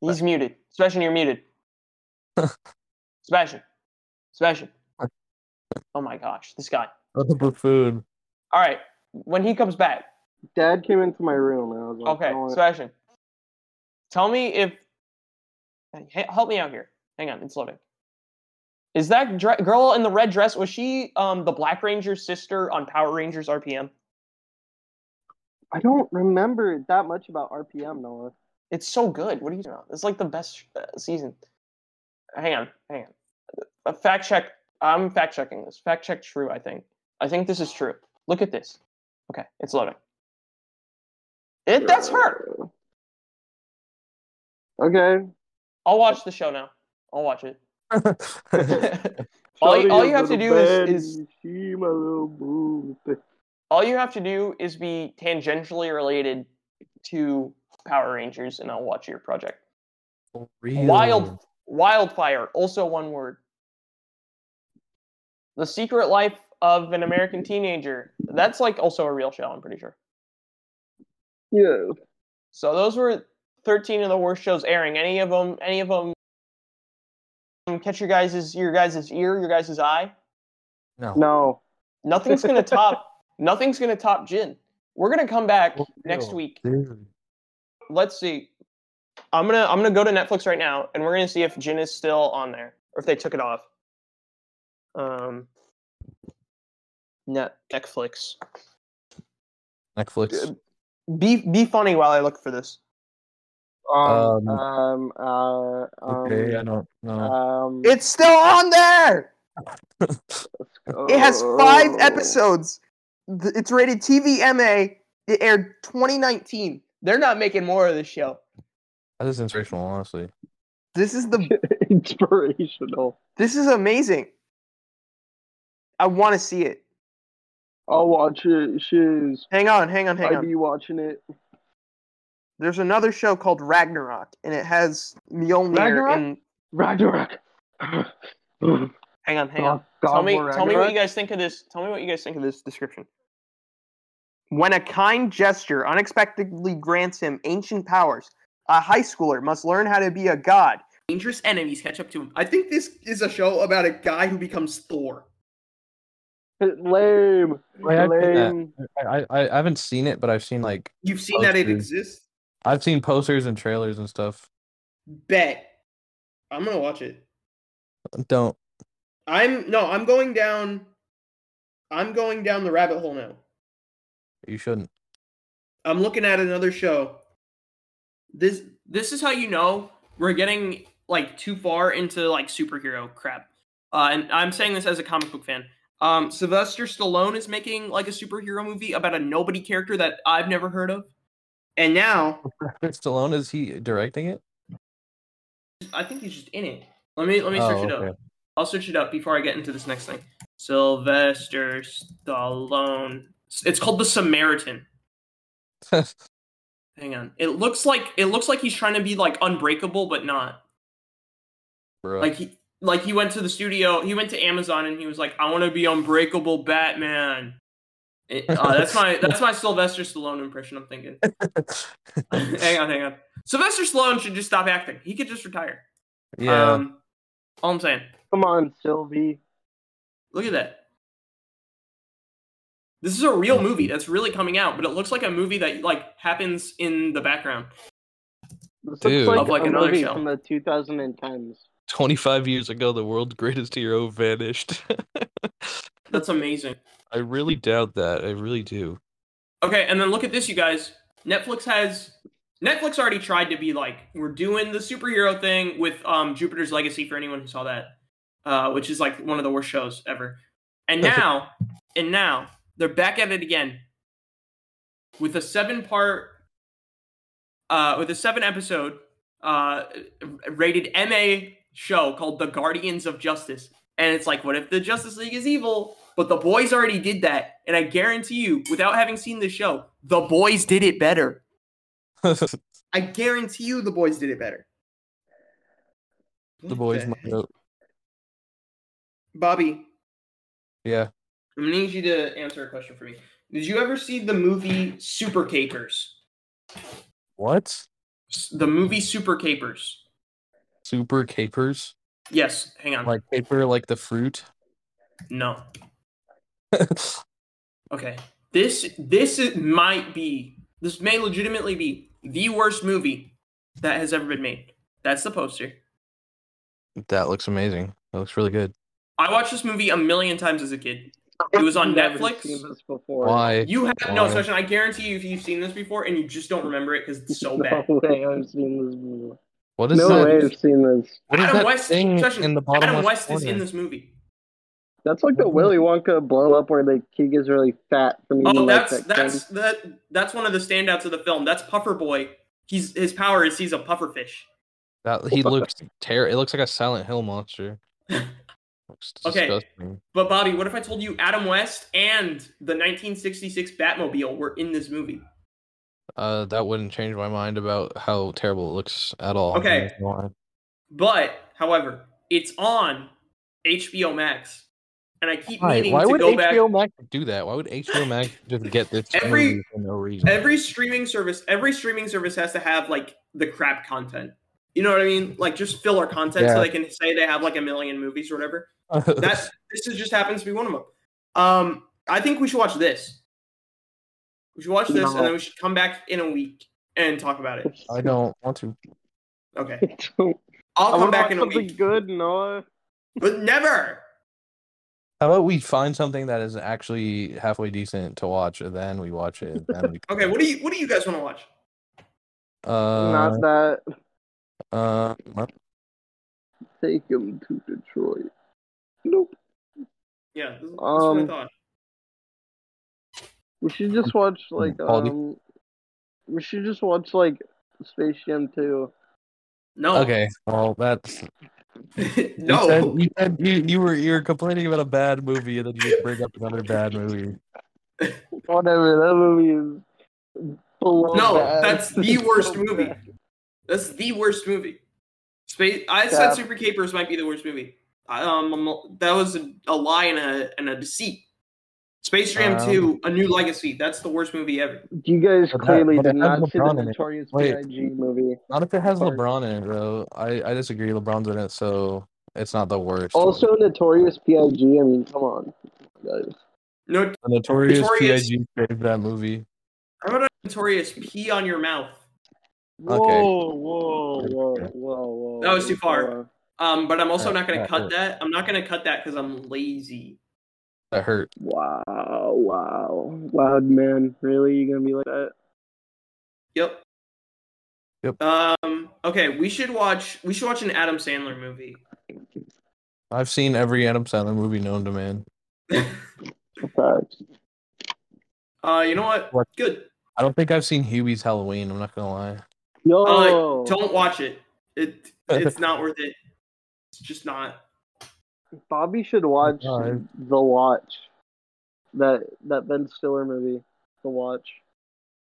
He's muted. Sebastian, you're muted. Sebastian. Sebastian. Oh my gosh, this guy. Up for (laughs) food. All right. When he comes back, Dad came into my room and I was like, Okay, I want- Sebastian. Tell me if. Hey, Help me out here. Hang on, it's loading. Is that dre- girl in the red dress? Was she um, the Black Ranger's sister on Power Rangers RPM? I don't remember that much about RPM, Noah. It's so good. What are you talking about? It's like the best uh, season. Hang on, hang on. A fact check. I'm fact checking this. Fact check true. I think. I think this is true. Look at this. Okay, it's loading. It. That's her. Okay. I'll watch the show now. I'll watch it. all, Shawty, you, all you your have to little do is, baby, is she my little boo. all you have to do is be tangentially related to Power Rangers, and I'll watch your project. (laughs) Wild wildfire, also one word. The Secret Life of an American Teenager. That's like also a real show, I'm pretty sure. Yeah. So those were 13 of the worst shows airing. Any of them? Any of them? (laughs) Catch your guys' your guys' ear, your guys' eye. No. No. Nothing's gonna top. nothing's gonna top Jin. We're gonna come back Well, next still, week. dude. Let's see. I'm gonna I'm gonna go to Netflix right now, and we're gonna see if Jin is still on there or if they took it off. Um, net Netflix. Netflix. Be be funny while I look for this. Um. Um, Um. Uh, um, okay, I don't know. um It's still on there. It has five oh. episodes. Th- It's rated TVMA. It aired 2019. They're not making more of this show. (laughs) that is inspirational, honestly. This is the (laughs) Inspirational. This is amazing. I want to see it. I'll watch it. Shiz. Hang on, hang on, hang I'd on. be watching it. There's another show called Ragnarok, and it has Mjolnir. Ragnarok? And... Ragnarok. Oh, Hang on, hang on. God, tell me, more tell me what you Ragnarok? guys think of this. Tell me what you guys think of this description. When a kind gesture unexpectedly grants him ancient powers, a high schooler must learn how to be a god. Dangerous enemies catch up to him. I think this is a show about a guy who becomes Thor. Lame. Wait, I've seen that. Lame. I, I, I haven't seen it, but I've seen like You've seen Oh, that it dude. exists. I've seen posters and trailers and stuff. Bet. I'm gonna watch it. Don't I'm no, I'm going down I'm going down the rabbit hole now. you shouldn't. I'm looking at another show. This this is how you know we're getting like too far into like superhero crap. Uh, and I'm saying this as a comic book fan. Um, Sylvester Stallone is making like a superhero movie about a nobody character that I've never heard of. And now Stallone is he directing it? I think he's just in it. Let me let me Oh, search it up. okay. I'll search it up before I get into this next thing. Sylvester Stallone. It's called The Samaritan. Hang on. It looks like it looks like he's trying to be like unbreakable, but not. (laughs) Bruh. Like he like he went to the studio. He went to Amazon and he was like, "I want to be unbreakable, Batman." It- uh, that's my that's my Sylvester Stallone impression. I'm thinking. (laughs) (laughs) hang (laughs) on, hang on. Sylvester Stallone should just stop acting. He could just retire. yeah. Um, all I'm saying. Come on, Sylvie. Look at that. This is a real movie that's really coming out, but it looks like a movie that like happens in the background. This Dude. looks like, Of, like, a another movie show. from the 2010s. Twenty five years ago the world's greatest hero vanished. (laughs) That's amazing. I really doubt that. I really do. (laughs) Okay, and then look at this, you guys. Netflix has Netflix already tried to be like we're doing the superhero thing with um, Jupiter's Legacy for anyone who saw that, uh, which is like one of the worst shows ever. And now, and now they're back at it again with a seven part, uh, with a seven episode uh, rated MA show called The Guardians of Justice. And it's like, what if the Justice League is evil? But the boys already did that, and I guarantee you, without having seen the show, the boys did it better. the I guarantee you, the boys did it better. What boys the might heck? vote. Bobby, Yeah. I'm gonna need you to answer a question for me. Did you ever see the movie Super Capers? What? S- The movie Super Capers. Super capers? Yes. Hang on. Like paper like the fruit? (laughs) no. Okay. This this is, might be this may legitimately be the worst movie that has ever been made. That's the poster. that looks amazing. That looks really good. I watched this movie a million times as a kid. It was on Never Netflix. seen this before. Why? You have no Why? session. I guarantee you, if you've seen this before and you just don't remember it because it's so bad. (laughs) No way I've seen this before. What is No that? way I've seen this. What is Adam that West- thing Session, in the bottom Adam left West is in corner? this movie. That's like the Mm-hmm. Willy Wonka blow up where the kid gets really fat from eating Oh, like that's that that's that that's one of the standouts of the film. That's Puffer Boy. He's his power is he's a pufferfish. That he looks terror. It looks like a Silent (laughs) Hill monster. Looks Okay. disgusting. But Bobby, what if I told you Adam West and the 1966 Batmobile were in this movie? Uh, that wouldn't change my mind about how terrible it looks at all. Okay. But however, it's on HBO Max, and I keep Why, meaning why to would go HBO back. Max do that? Why would HBO Max just get this Every- movie for no reason? (laughs) Every streaming service, every streaming service has to have like the crap content. You know what I mean? Like just filler content so Yeah. they can say they have like a million movies or whatever. That this is just happens to be one of them. Um, I think we should watch this. We should watch this, and then we should come back in a week and talk about it. thing. (laughs) I don't want to. Okay, don't. I'll wanna come back watch in a something week, good, Noah. but never. How about we find something that is actually halfway decent to watch, and then we watch it. and Then we... Okay, what do you what do you guys want to watch? Uh, Not that. uh, what? Take him to Detroit. Nope. Yeah, this, this is what I Um, thought. We should just watch Hmm. like Paul, do- um. We should just watch like Space Jam 2. No, Okay. Well, that's no. (laughs) You said, you, said you, you were you were complaining about a bad movie, and then you bring up another bad movie. Whatever. That movie is. below No, bad. that's (laughs) the worst So movie. bad. That's the worst movie. Space. I said Stop. Super Capers might be the worst movie. I- Um, I'm- that was a, a lie and a and a deceit. Space Jam Um, Two: A New Legacy. That's the worst movie ever. You guys But that- clearly but it did has not see LeBron in the it. Notorious Wait. B.I.G. movie. Not if it has Sorry. LeBron in it, though. I, I disagree. LeBron's in it, so it's not the worst. Also, Notorious B.I.G. I mean, come on, guys. No, The Notorious Notorious- P.I.G. saved that movie. how about a notorious pee on your mouth? Whoa, whoa, whoa, Okay. whoa, whoa. That was too far. Um, but I'm also That- not going to that cut hurt. that. I'm not going to cut that because I'm lazy. That hurt. Wow, wow. Loud man. Really? You gonna be like that? Yep. Yep. Um. Okay. We should watch. We should watch an Adam Sandler movie. I've seen every Adam Sandler movie known to man. Facts. Uh. You know what? What? Good. I don't think I've seen Hubie's Halloween. I'm not gonna lie. Yo! Don't watch it. (laughs) It. It's not worth it. It's just not. Bobby should watch Alright. The Watch. That that Ben Stiller movie. The Watch.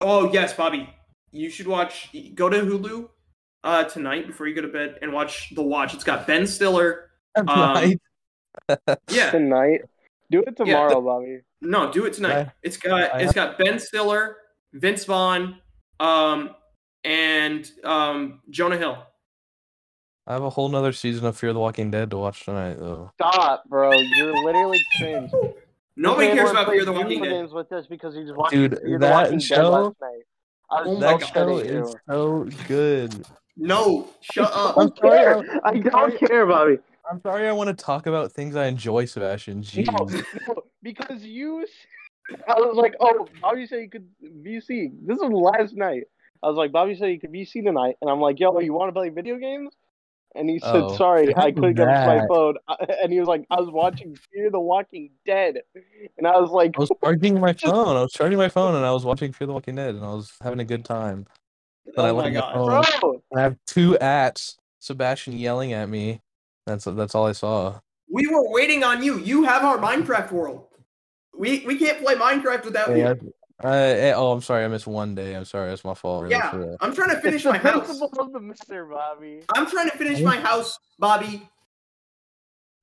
Oh yes, Bobby. You should watch. Go to Hulu uh, tonight before you go to bed and watch The Watch. It's got Ben Stiller. (laughs) Um, Yeah. Tonight. Do it tomorrow, Bobby. No, do it tonight. Yeah. It's got I it's got Ben Stiller, Vince Vaughn, um, and um, Jonah Hill. I have a whole nother season of Fear the Walking Dead to watch tonight, though. Stop, bro. You're literally cringe. (laughs) Nobody You cares can't about play Fear the Walking video Dead. games with us because you just watched Dude, Fear the that Walking Dead show- last night. I was Oh my that God. show upset at you. is so good. No, (laughs) shut up. I'm don't care. sorry, I don't care, Bobby. I'm sorry. I want to talk about things I enjoy, Sebastian. Jeez. No, no, because you. s- I was like, oh, Bobby said you could VC. This was last night. I was like, Bobby said you could VC tonight, and I'm like, yo, you want to play video games? And he said, Oh, sorry, I how couldn't get onto my bad. phone. And he was like, I was watching Fear the Walking Dead, and I was like, I was charging my phone. I was charging my phone and I was watching Fear the Walking Dead and I was having a good time. But I Oh my looked at God. phone, bro, and I have two ats. Sebastian yelling at me. That's that's all I saw. We were waiting on you. You have our Minecraft world. We we can't play Minecraft without (laughs) Yeah. you. Uh, eh, oh, I'm sorry. I missed one day. I'm sorry. That's my fault. Really, Yeah. for that. I'm trying to It's finish the my (laughs) house. principle of the Mister Bobby. I'm trying to finish my house, Bobby.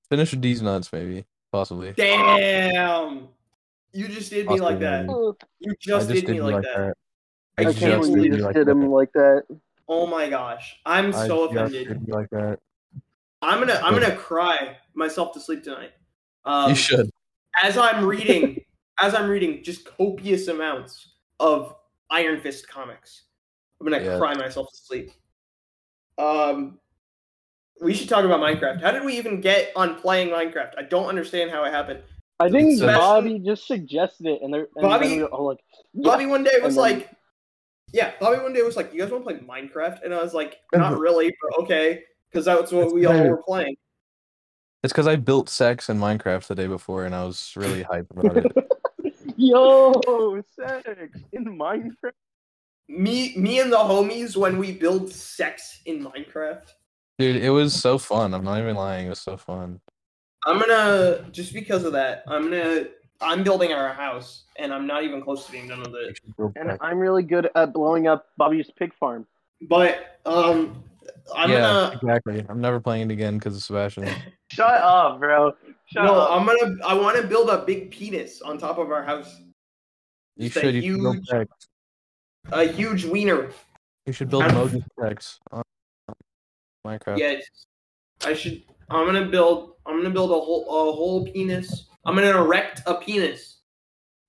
Finish with these nuts, maybe, possibly. Damn. You just did me like that. You just, I did me like that. I I Oh, I just can't can't did believe you believe you like did him that. like that. Oh my gosh. I'm I so just offended. did you like that. I'm gonna I'm gonna cry myself to sleep tonight. Um, You should. as (laughs) I'm reading, as I'm reading, just copious amounts of Iron Fist comics. I'm gonna Yeah. cry myself to sleep. Um, we should talk about Minecraft. How did we even get on playing Minecraft? I don't understand how it happened. I think So- Bobby just suggested it, and they're and Bobby- then we were all like, Bobby one day was And then- like, "Yeah." Bobby one day was like, "You guys want to play Minecraft?" And I was like, "Not really, but okay," because that's what we all were playing. It's because I built sex in Minecraft the day before, and I was really hyped about (laughs) it. "Yo, sex in Minecraft." Me, me, and the homies when we build sex in Minecraft. Dude, it was so fun. I'm not even lying. It was so fun. I'm gonna just because of that. I'm gonna. I'm building our house, and I'm not even close to being done with it. And I'm really good at blowing up Bobby's pig farm. But um, I'm yeah, gonna. exactly. I'm never playing it again because (laughs) of Sebastian. Shut up, bro. Shut No, up. I'm gonna. I want to build a big penis on top of our house. You Just a should. You should build huge- sex. A huge wiener. You should build I'm- Mogi sex on Minecraft. Yes. I should. I'm gonna build. I'm gonna build a whole a whole penis. I'm gonna erect a penis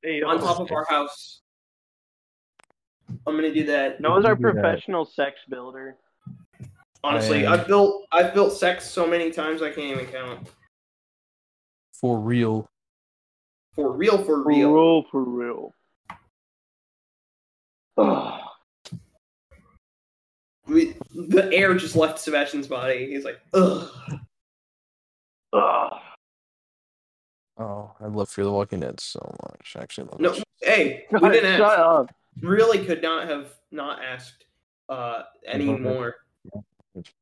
Hey, on top of our house. I'm gonna do that. Noah's our You do that. professional sex builder. Honestly, I- I've built I've built sex so many times I can't even count. For real. For real, for For real. real, for real. Ugh. We, the air just left Sebastian's body. He's like, ugh. Ugh. Oh, I love Fear the Walking Dead so much. I actually love No, it. hey, we Shut didn't ask. up. Really could not have not asked uh, any Mhm. more. It's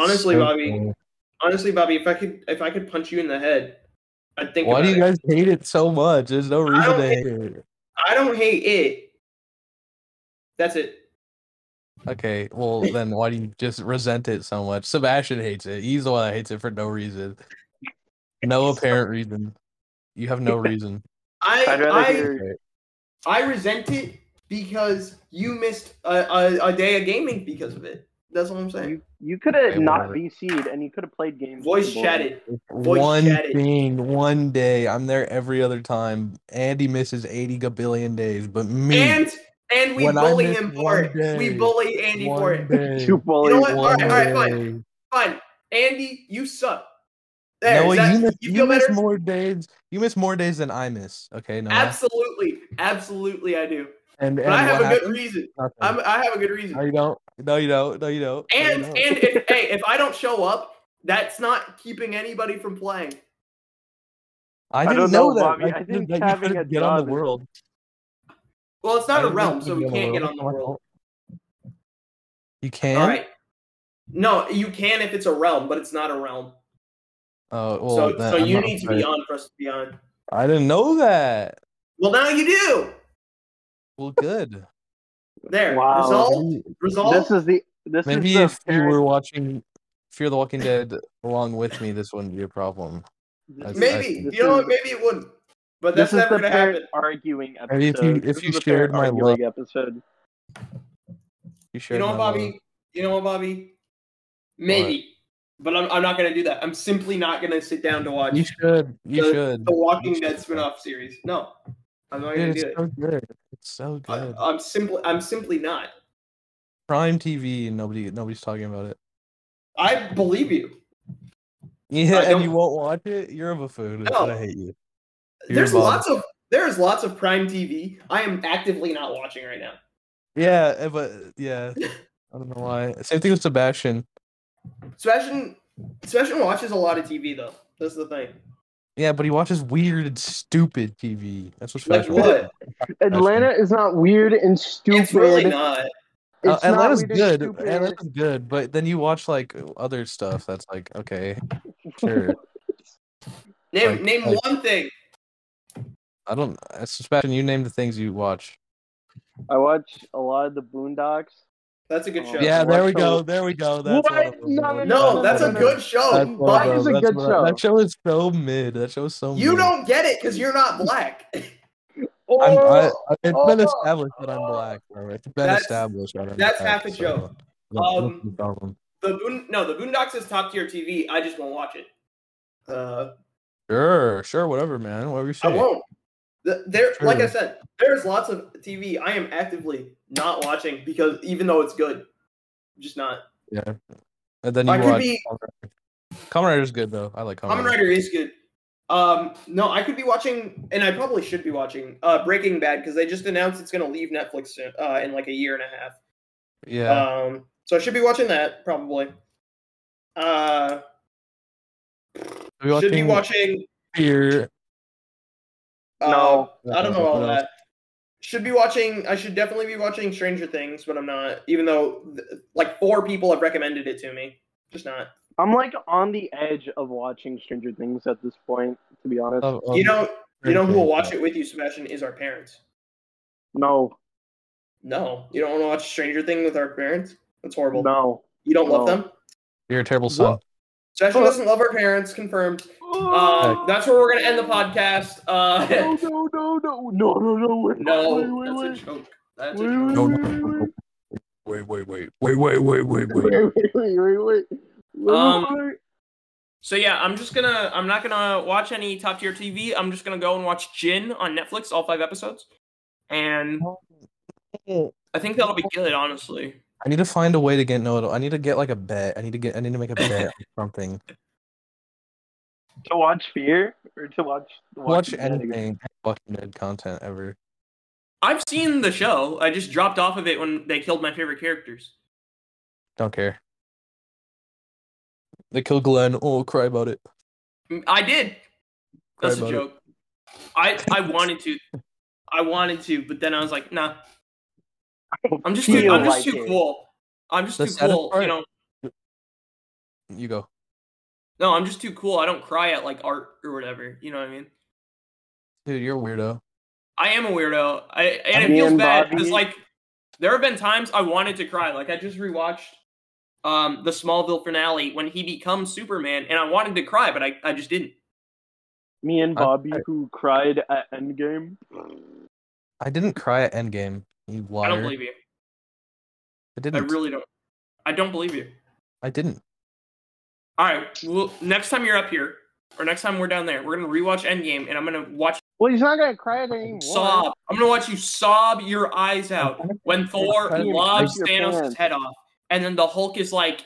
honestly, so Bobby, cool. Honestly, Bobby, if I could, if I could punch you in the head, I'd think. why do about you it. guys hate it so much? There's no reason don't to hate- hate it. I don't hate it. That's it. Okay, (laughs) well then why do you just resent it so much? Sebastian hates it. He's the one that hates it for no reason. No apparent reason. You (laughs) have no reason. I I'd rather I, hear- I resent it because you missed a, a, a day of gaming because of it. That's what I'm saying. You, you could have Hey, not whatever. BC'd and you could have played games. Voice with the boys. chatted. Voice One chatted. thing, one day. I'm there every other time. Andy misses 80 gabillion days, but me And and we When I bully miss him for one it. day, we bully Andy one for it. day, You You bully. know what? (laughs) All one right, all right, fine. day. Fine, Andy, you suck. There, Noah, is that- you miss, you you feel miss better? more days. You miss more days than I miss. Okay, Noah. Absolutely, absolutely, I do. and, But and I have what a good happens? reason. Nothing. I'm, I have a good reason. No, you don't. No, you don't. No, you don't. No, you and don't. and if, hey, if I don't show up, that's not keeping anybody from playing. I don't didn't know, know that. Bobby. I didn't- think that you having couldn't a get on job the is- world. Well, it's not I a didn't realm, think so you we could can't get world. on the world. You can. All right. No, you can if it's a realm, but it's not a realm. Oh well. So, then so I'm you not need to right. be on for us to be on. I didn't know that. Well, now you do. Well, good. There. Wow. Result. Result. This is the. This Maybe is if the you parent- were watching Fear the Walking Dead along with me, this wouldn't be a problem. this- maybe. this you know is- what? Maybe it wouldn't. But that's This is never the gonna parent happen. arguing I mean, episode. if you- if This you is the shared parent my arguing episode, You sure? You know what, Bobby? You know what, Bobby? Maybe. But I'm, I'm not gonna do that. I'm simply not gonna sit down to watch You should. You The- should. the Walking you Dead should. spin-off series. No. I'm not gonna Dude, it's do it. so good. It's so good. I, uh, am simply I'm simply not. Prime TV, and nobody nobody's talking about it. (laughs) I believe you. Yeah, I and don't- you won't watch it. You're a buffoon. No. I hate you. You're There's involved. lots of there's lots of Prime TV. I am actively not watching right now. Yeah, eh, but (laughs) yeah, I don't know why. Same thing with Sebastian. Sebastian Sebastian watches a lot of TV though. That's the thing. Yeah, but he watches weird and stupid TV. That's what's Like special. what? Atlanta is not weird and stupid. It's really not. Uh, It's not Atlanta's weird and good. stupid. Atlanta's good, but then you watch like other stuff that's like okay, sure. Name Like- name like- one thing. I don't. uh, Sebastian, you name the things you watch. I watch a lot of the Boondocks. That's a good show. Yeah, Yeah, I there we watch go. those. There we go. That's What? one of them. No, That's no, No, that's a one of good them. show. That's one of But That is a them. good That's one of- That show. show is so mid. That show is so. you mid. don't get it because you're not black. (laughs) Oh, I'm, I, I- it's been oh, established that I'm black. all right? It's been That's- established. that I'm that's black, half a so joke. that's what Um, the problem. The Boon- no, the Boondocks is top tier TV. I just won't watch it. Uh, sure, sure, whatever, man. Whatever you say. I won't. The- There, like I True. said, there's lots of TV I am actively not watching because even though it's good, just not. Yeah. And then you I could watch. be- Kamen Rider. Kamen Rider's good though. I like Kamen Kamen Rider. Rider is good. Um, no, I could be watching, and I probably should be watching uh, Breaking Bad because they just announced it's going to leave Netflix soon, uh, in like a year and a half. Yeah. Um, so I should be watching that probably. Uh, Are you should be watching watching. Fear? Uh, No. I don't know all What else? that. Should be watching. I should definitely be watching Stranger Things, but I'm not. Even though th- like four people have recommended it to me, just not. I'm like on the edge of watching Stranger Things at this point, to be honest. of- of you know, you know who will watch Stranger it with you, Sebastian, is our parents. no, No, you don't want to watch Stranger Thing with our parents. That's horrible. no. You don't love No. them. Things. You're a terrible son. Oh. Sebastian doesn't love our parents. Confirmed. Um, that's where we're gonna end the podcast. no, Uh, (laughs) no, no, no, no, no, no, wait, no, wait, that's wait, a wait. joke. That's a Wait, joke. No, wait, wait, no. wait, wait. Wait, wait, wait, wait, wait, wait, wait, wait. wait, wait, wait, wait, wait. Wait, Um, wait, wait. So yeah, I'm just gonna. I'm not gonna watch any top tier TV. I'm just gonna go and watch Jin on Netflix, all five episodes, and I think that'll be good. Honestly, I need to find a way to get no. I need to get like a bet. I need to get. I need to make a bet on (laughs) something. To watch Fear or to watch to Watch Dead again? anything. Fucking dead content ever. I've seen the show. I just dropped off of it when they killed my favorite characters. Don't care. They kill Glenn. Oh, cry about it. Mm, I did. Cry That's a about it. joke. I I wanted to, I wanted to, but then I was like, nah. I'm just too. feel I'm just like too it. cool. I'm just The too saddest cool. You part- know. You go. No, I'm just too cool. I don't cry at like art or whatever. You know what I mean? Dude, you're a weirdo. I am a weirdo. I and it Me feels and bad Bobby- because like there have been times I wanted to cry. Like I just rewatched um the Smallville finale when he becomes Superman and I wanted to cry, but I, I just didn't. Me and I- Bobby, who cried at Endgame. I didn't cry at Endgame. You I liar. don't believe you. I I didn't. I, really don't. I don't believe you. didn't. Alright, well next time you're up here, or next time we're down there, we're gonna rewatch Endgame and I'm gonna watch Well, he's not gonna cry at anymore. you sob. I'm gonna watch you sob your eyes out when Thor Cut your- lobs cut your Thanos' pants. head off, and then the Hulk is like,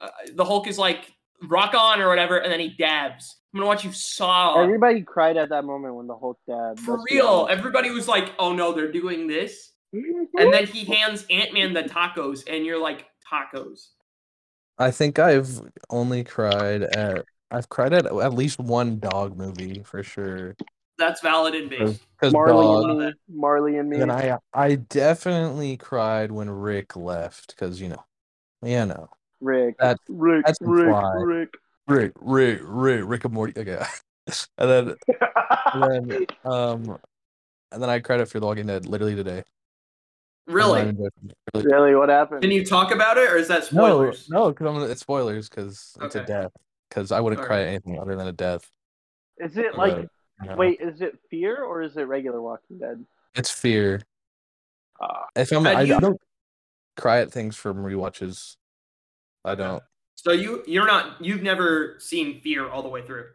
uh, the Hulk is like, rock on or whatever, and then he dabs. I'm gonna watch you saw Everybody cried at that moment when the Hulk died. for let's be real. honest. Everybody was like, oh no, they're doing this, and then he hands Ant Man the tacos, and you're like, tacos. I think I've only cried at. I've cried at at least one dog movie for sure. That's valid and big. Because Marley dog. and me. Marley and me. And then I I definitely cried when Rick left because you know, you know, Rick. That- Rick. that's Rick. implied. Rick. (laughs) Rick, Rick, Rick, Rick and Morty. Okay, (laughs) and then and then um, and then I cried at Fear the Walking Dead literally today. Really? Not even joking. really, what happened? Can you talk about it, or is that No, spoilers? no, because I'm it's spoilers because it's a Okay. death. Because I wouldn't All cry right. at anything other than a death. is it like? Uh, you know. Wait, is it fear or is it regular Walking Dead? it's fear. Ah, If I'm, And I, you- I don't cry at things from rewatches. I don't. So you you're not you've never seen Fear all the way through.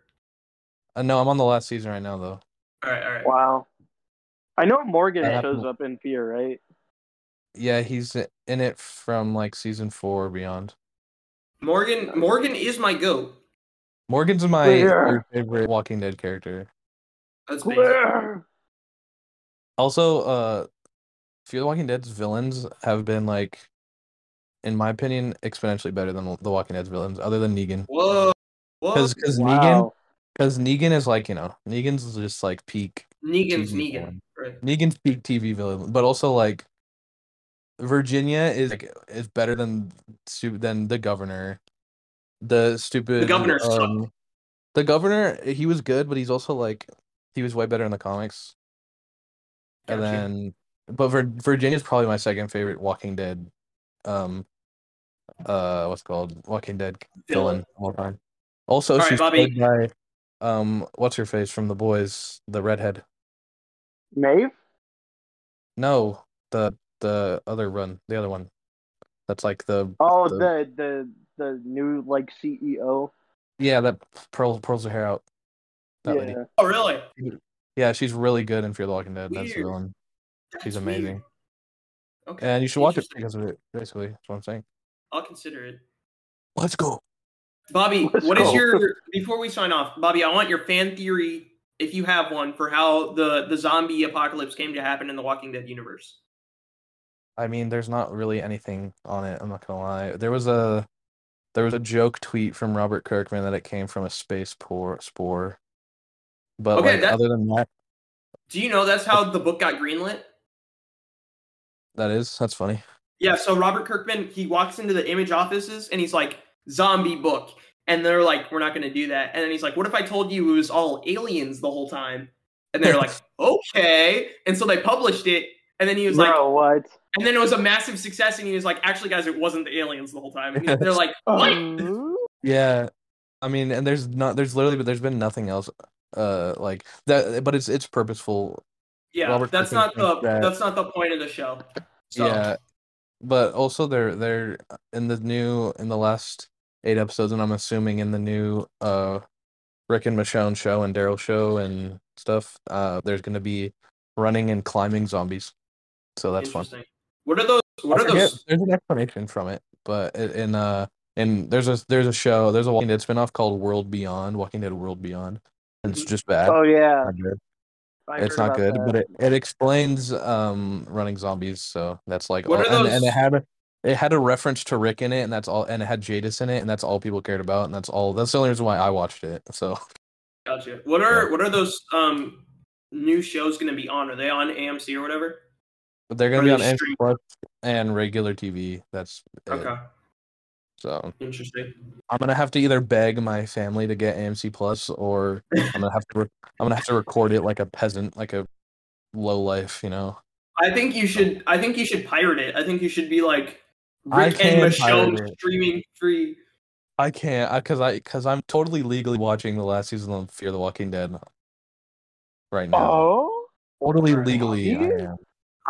Uh, no, I'm on the last season right now though. All right, all right. wow. I know Morgan That shows happened. up in fear, right? Yeah, he's in it from like season four or beyond. Morgan Morgan is my goat. Morgan's my (laughs) Clear. favorite Walking Dead character. That's big. Claire! Also, uh, Fear the Walking Dead's villains have been like, in my opinion, exponentially better than the Walking Dead's villains, other than Negan. Whoa. Whoa. Because Negan, Wow. because Negan is like you know, Negan's just like peak Negan's Negan. TV villain. Right. Negan's peak TV villain, but also like Virginia is like is better than stu- than the governor. The stupid um, governor sucked. the governor he was good, but he's also like he was way better in the comics. and Gotcha. then but Vir- Virginia's probably my second favorite Walking Dead um uh what's it called Walking Dead villain Villain. of all time. Also All right, she's Bobby. played by um what's her face from the boys, the redhead. Maeve? No, the the other run, the other one. That's like the Oh, The- the the the new like E CEO. yeah, that pearls pearls her hair out. That yeah. lady. Oh, really? Yeah, she's really good in Fear the Walking Dead. That's the Weird. villain. She's That's amazing. weird. Okay. And you should watch it Interesting. because of it, basically. That's what I'm saying. I'll consider it. Let's go. Bobby, what Let's is go. your before we sign off, Bobby, I want your fan theory, if you have one, for how the, the zombie apocalypse came to happen in the Walking Dead universe. I mean, there's not really anything on it, I'm not gonna lie. There was a there was a joke tweet from Robert Kirkman that it came from a space por spore. But Okay, like that- other than that, Do you know that's how the book got greenlit? that is that's funny. Yeah, so Robert Kirkman, he walks into the image offices and he's like, zombie book. And they're like, we're not going to do that. And then he's like, what if I told you it was all aliens the whole time? And they're (laughs) like, okay. And so they published it. And then he was like, Bro, what? and then it was a massive success. And he was like, actually, guys, it wasn't the aliens the whole time. And they're (laughs) like, Oh, what? Um, Yeah. I mean, and there's not there's literally but there's been nothing else uh like that but it's it's purposeful. Yeah, Robert that's not Kirkman the thinks that- that's not the point of the show. So, Yeah. But also they're they're in the new in the last eight episodes and I'm assuming in the new uh Rick and Michonne show and Daryl show and stuff, uh there's gonna be running and climbing zombies. So that's fun. interesting. What are those? What I are forget- those? there's an explanation from it, but i- in uh and there's a there's a show, there's a Walking Dead spinoff called World Beyond, Walking Dead World Beyond. and It's Mhm. just bad. oh yeah. Not good. I It's not heard about good, but it, it explains um running zombies, so that's like What all, are and, and it those- had a it had a reference to Rick in it, and that's all, and it had Jadis in it, and that's all people cared about, and that's all. That's the only reason why I watched it. So Gotcha. What are what are those um new shows going to be on? Are they on AMC or whatever? But they're Are gonna be they on stream- NBC Plus and regular TV. That's it. Okay, So interesting. I'm gonna have to either beg my family to get AMC Plus, or I'm gonna have to re- I'm gonna have to record it like a peasant, like a low life, you know. I think you should. I think you should pirate it. I think you should be like I Rick can and pirate Michonne it. streaming free. I can't because I because I'm totally legally watching the last season of Fear the Walking Dead right now. Oh. Totally Alright. legally, I Yeah. am.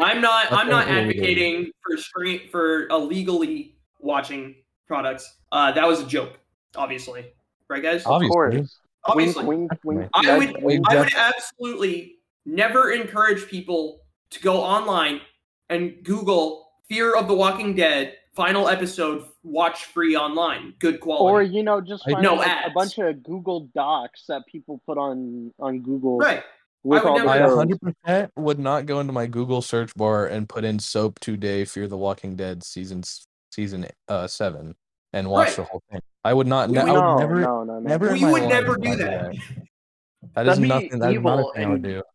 I'm not. That's I'm not not illegal. advocating for stream for illegally watching products. Uh, that was a joke, obviously. Right, guys? Obviously. Of course. Wink, Obviously. wink, wink. I would- nudge, I wink. I would Def- absolutely never encourage people to go online and Google Fear of the Walking Dead final episode watch free online. Good Or quality. you know, just I- find No like, a ads. bunch of Google Docs that people put on on Google right. with I would all never- I Yeah. the codes. 100% would not go into my Google search bar and put in "soap today Fear the Walking Dead" season s- season uh, seven and watch Right. the whole thing. I would not. We I would- would No, never. no, no, no. never in We my would life never would do I do that. That That'd is be nothing. That's not evil a thing I would and- do. that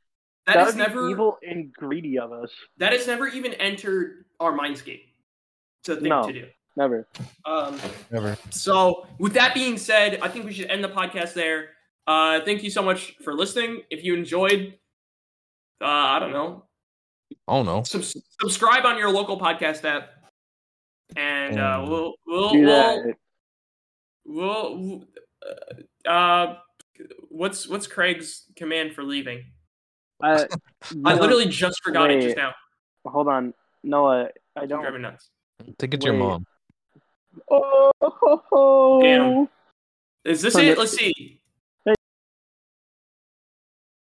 That is would be never evil and greedy of us. that has never even entered our mindscape to think No. to do. Never. Um, Never. So, with that being said, I think we should end the podcast there. Uh, thank you so much for listening. If you enjoyed, uh, I don't know, I don't know. subs- subscribe on your local podcast app, and uh, And we'll we'll Do we'll, that. we'll uh, uh, what's what's Craig's command for leaving? Uh, I no, literally just forgot it wait. just now. hold on, Noah. I I'm don't. driving nuts. Take it to your Wait. mom. Oh, Damn. Is this Turn it? it- Let's see.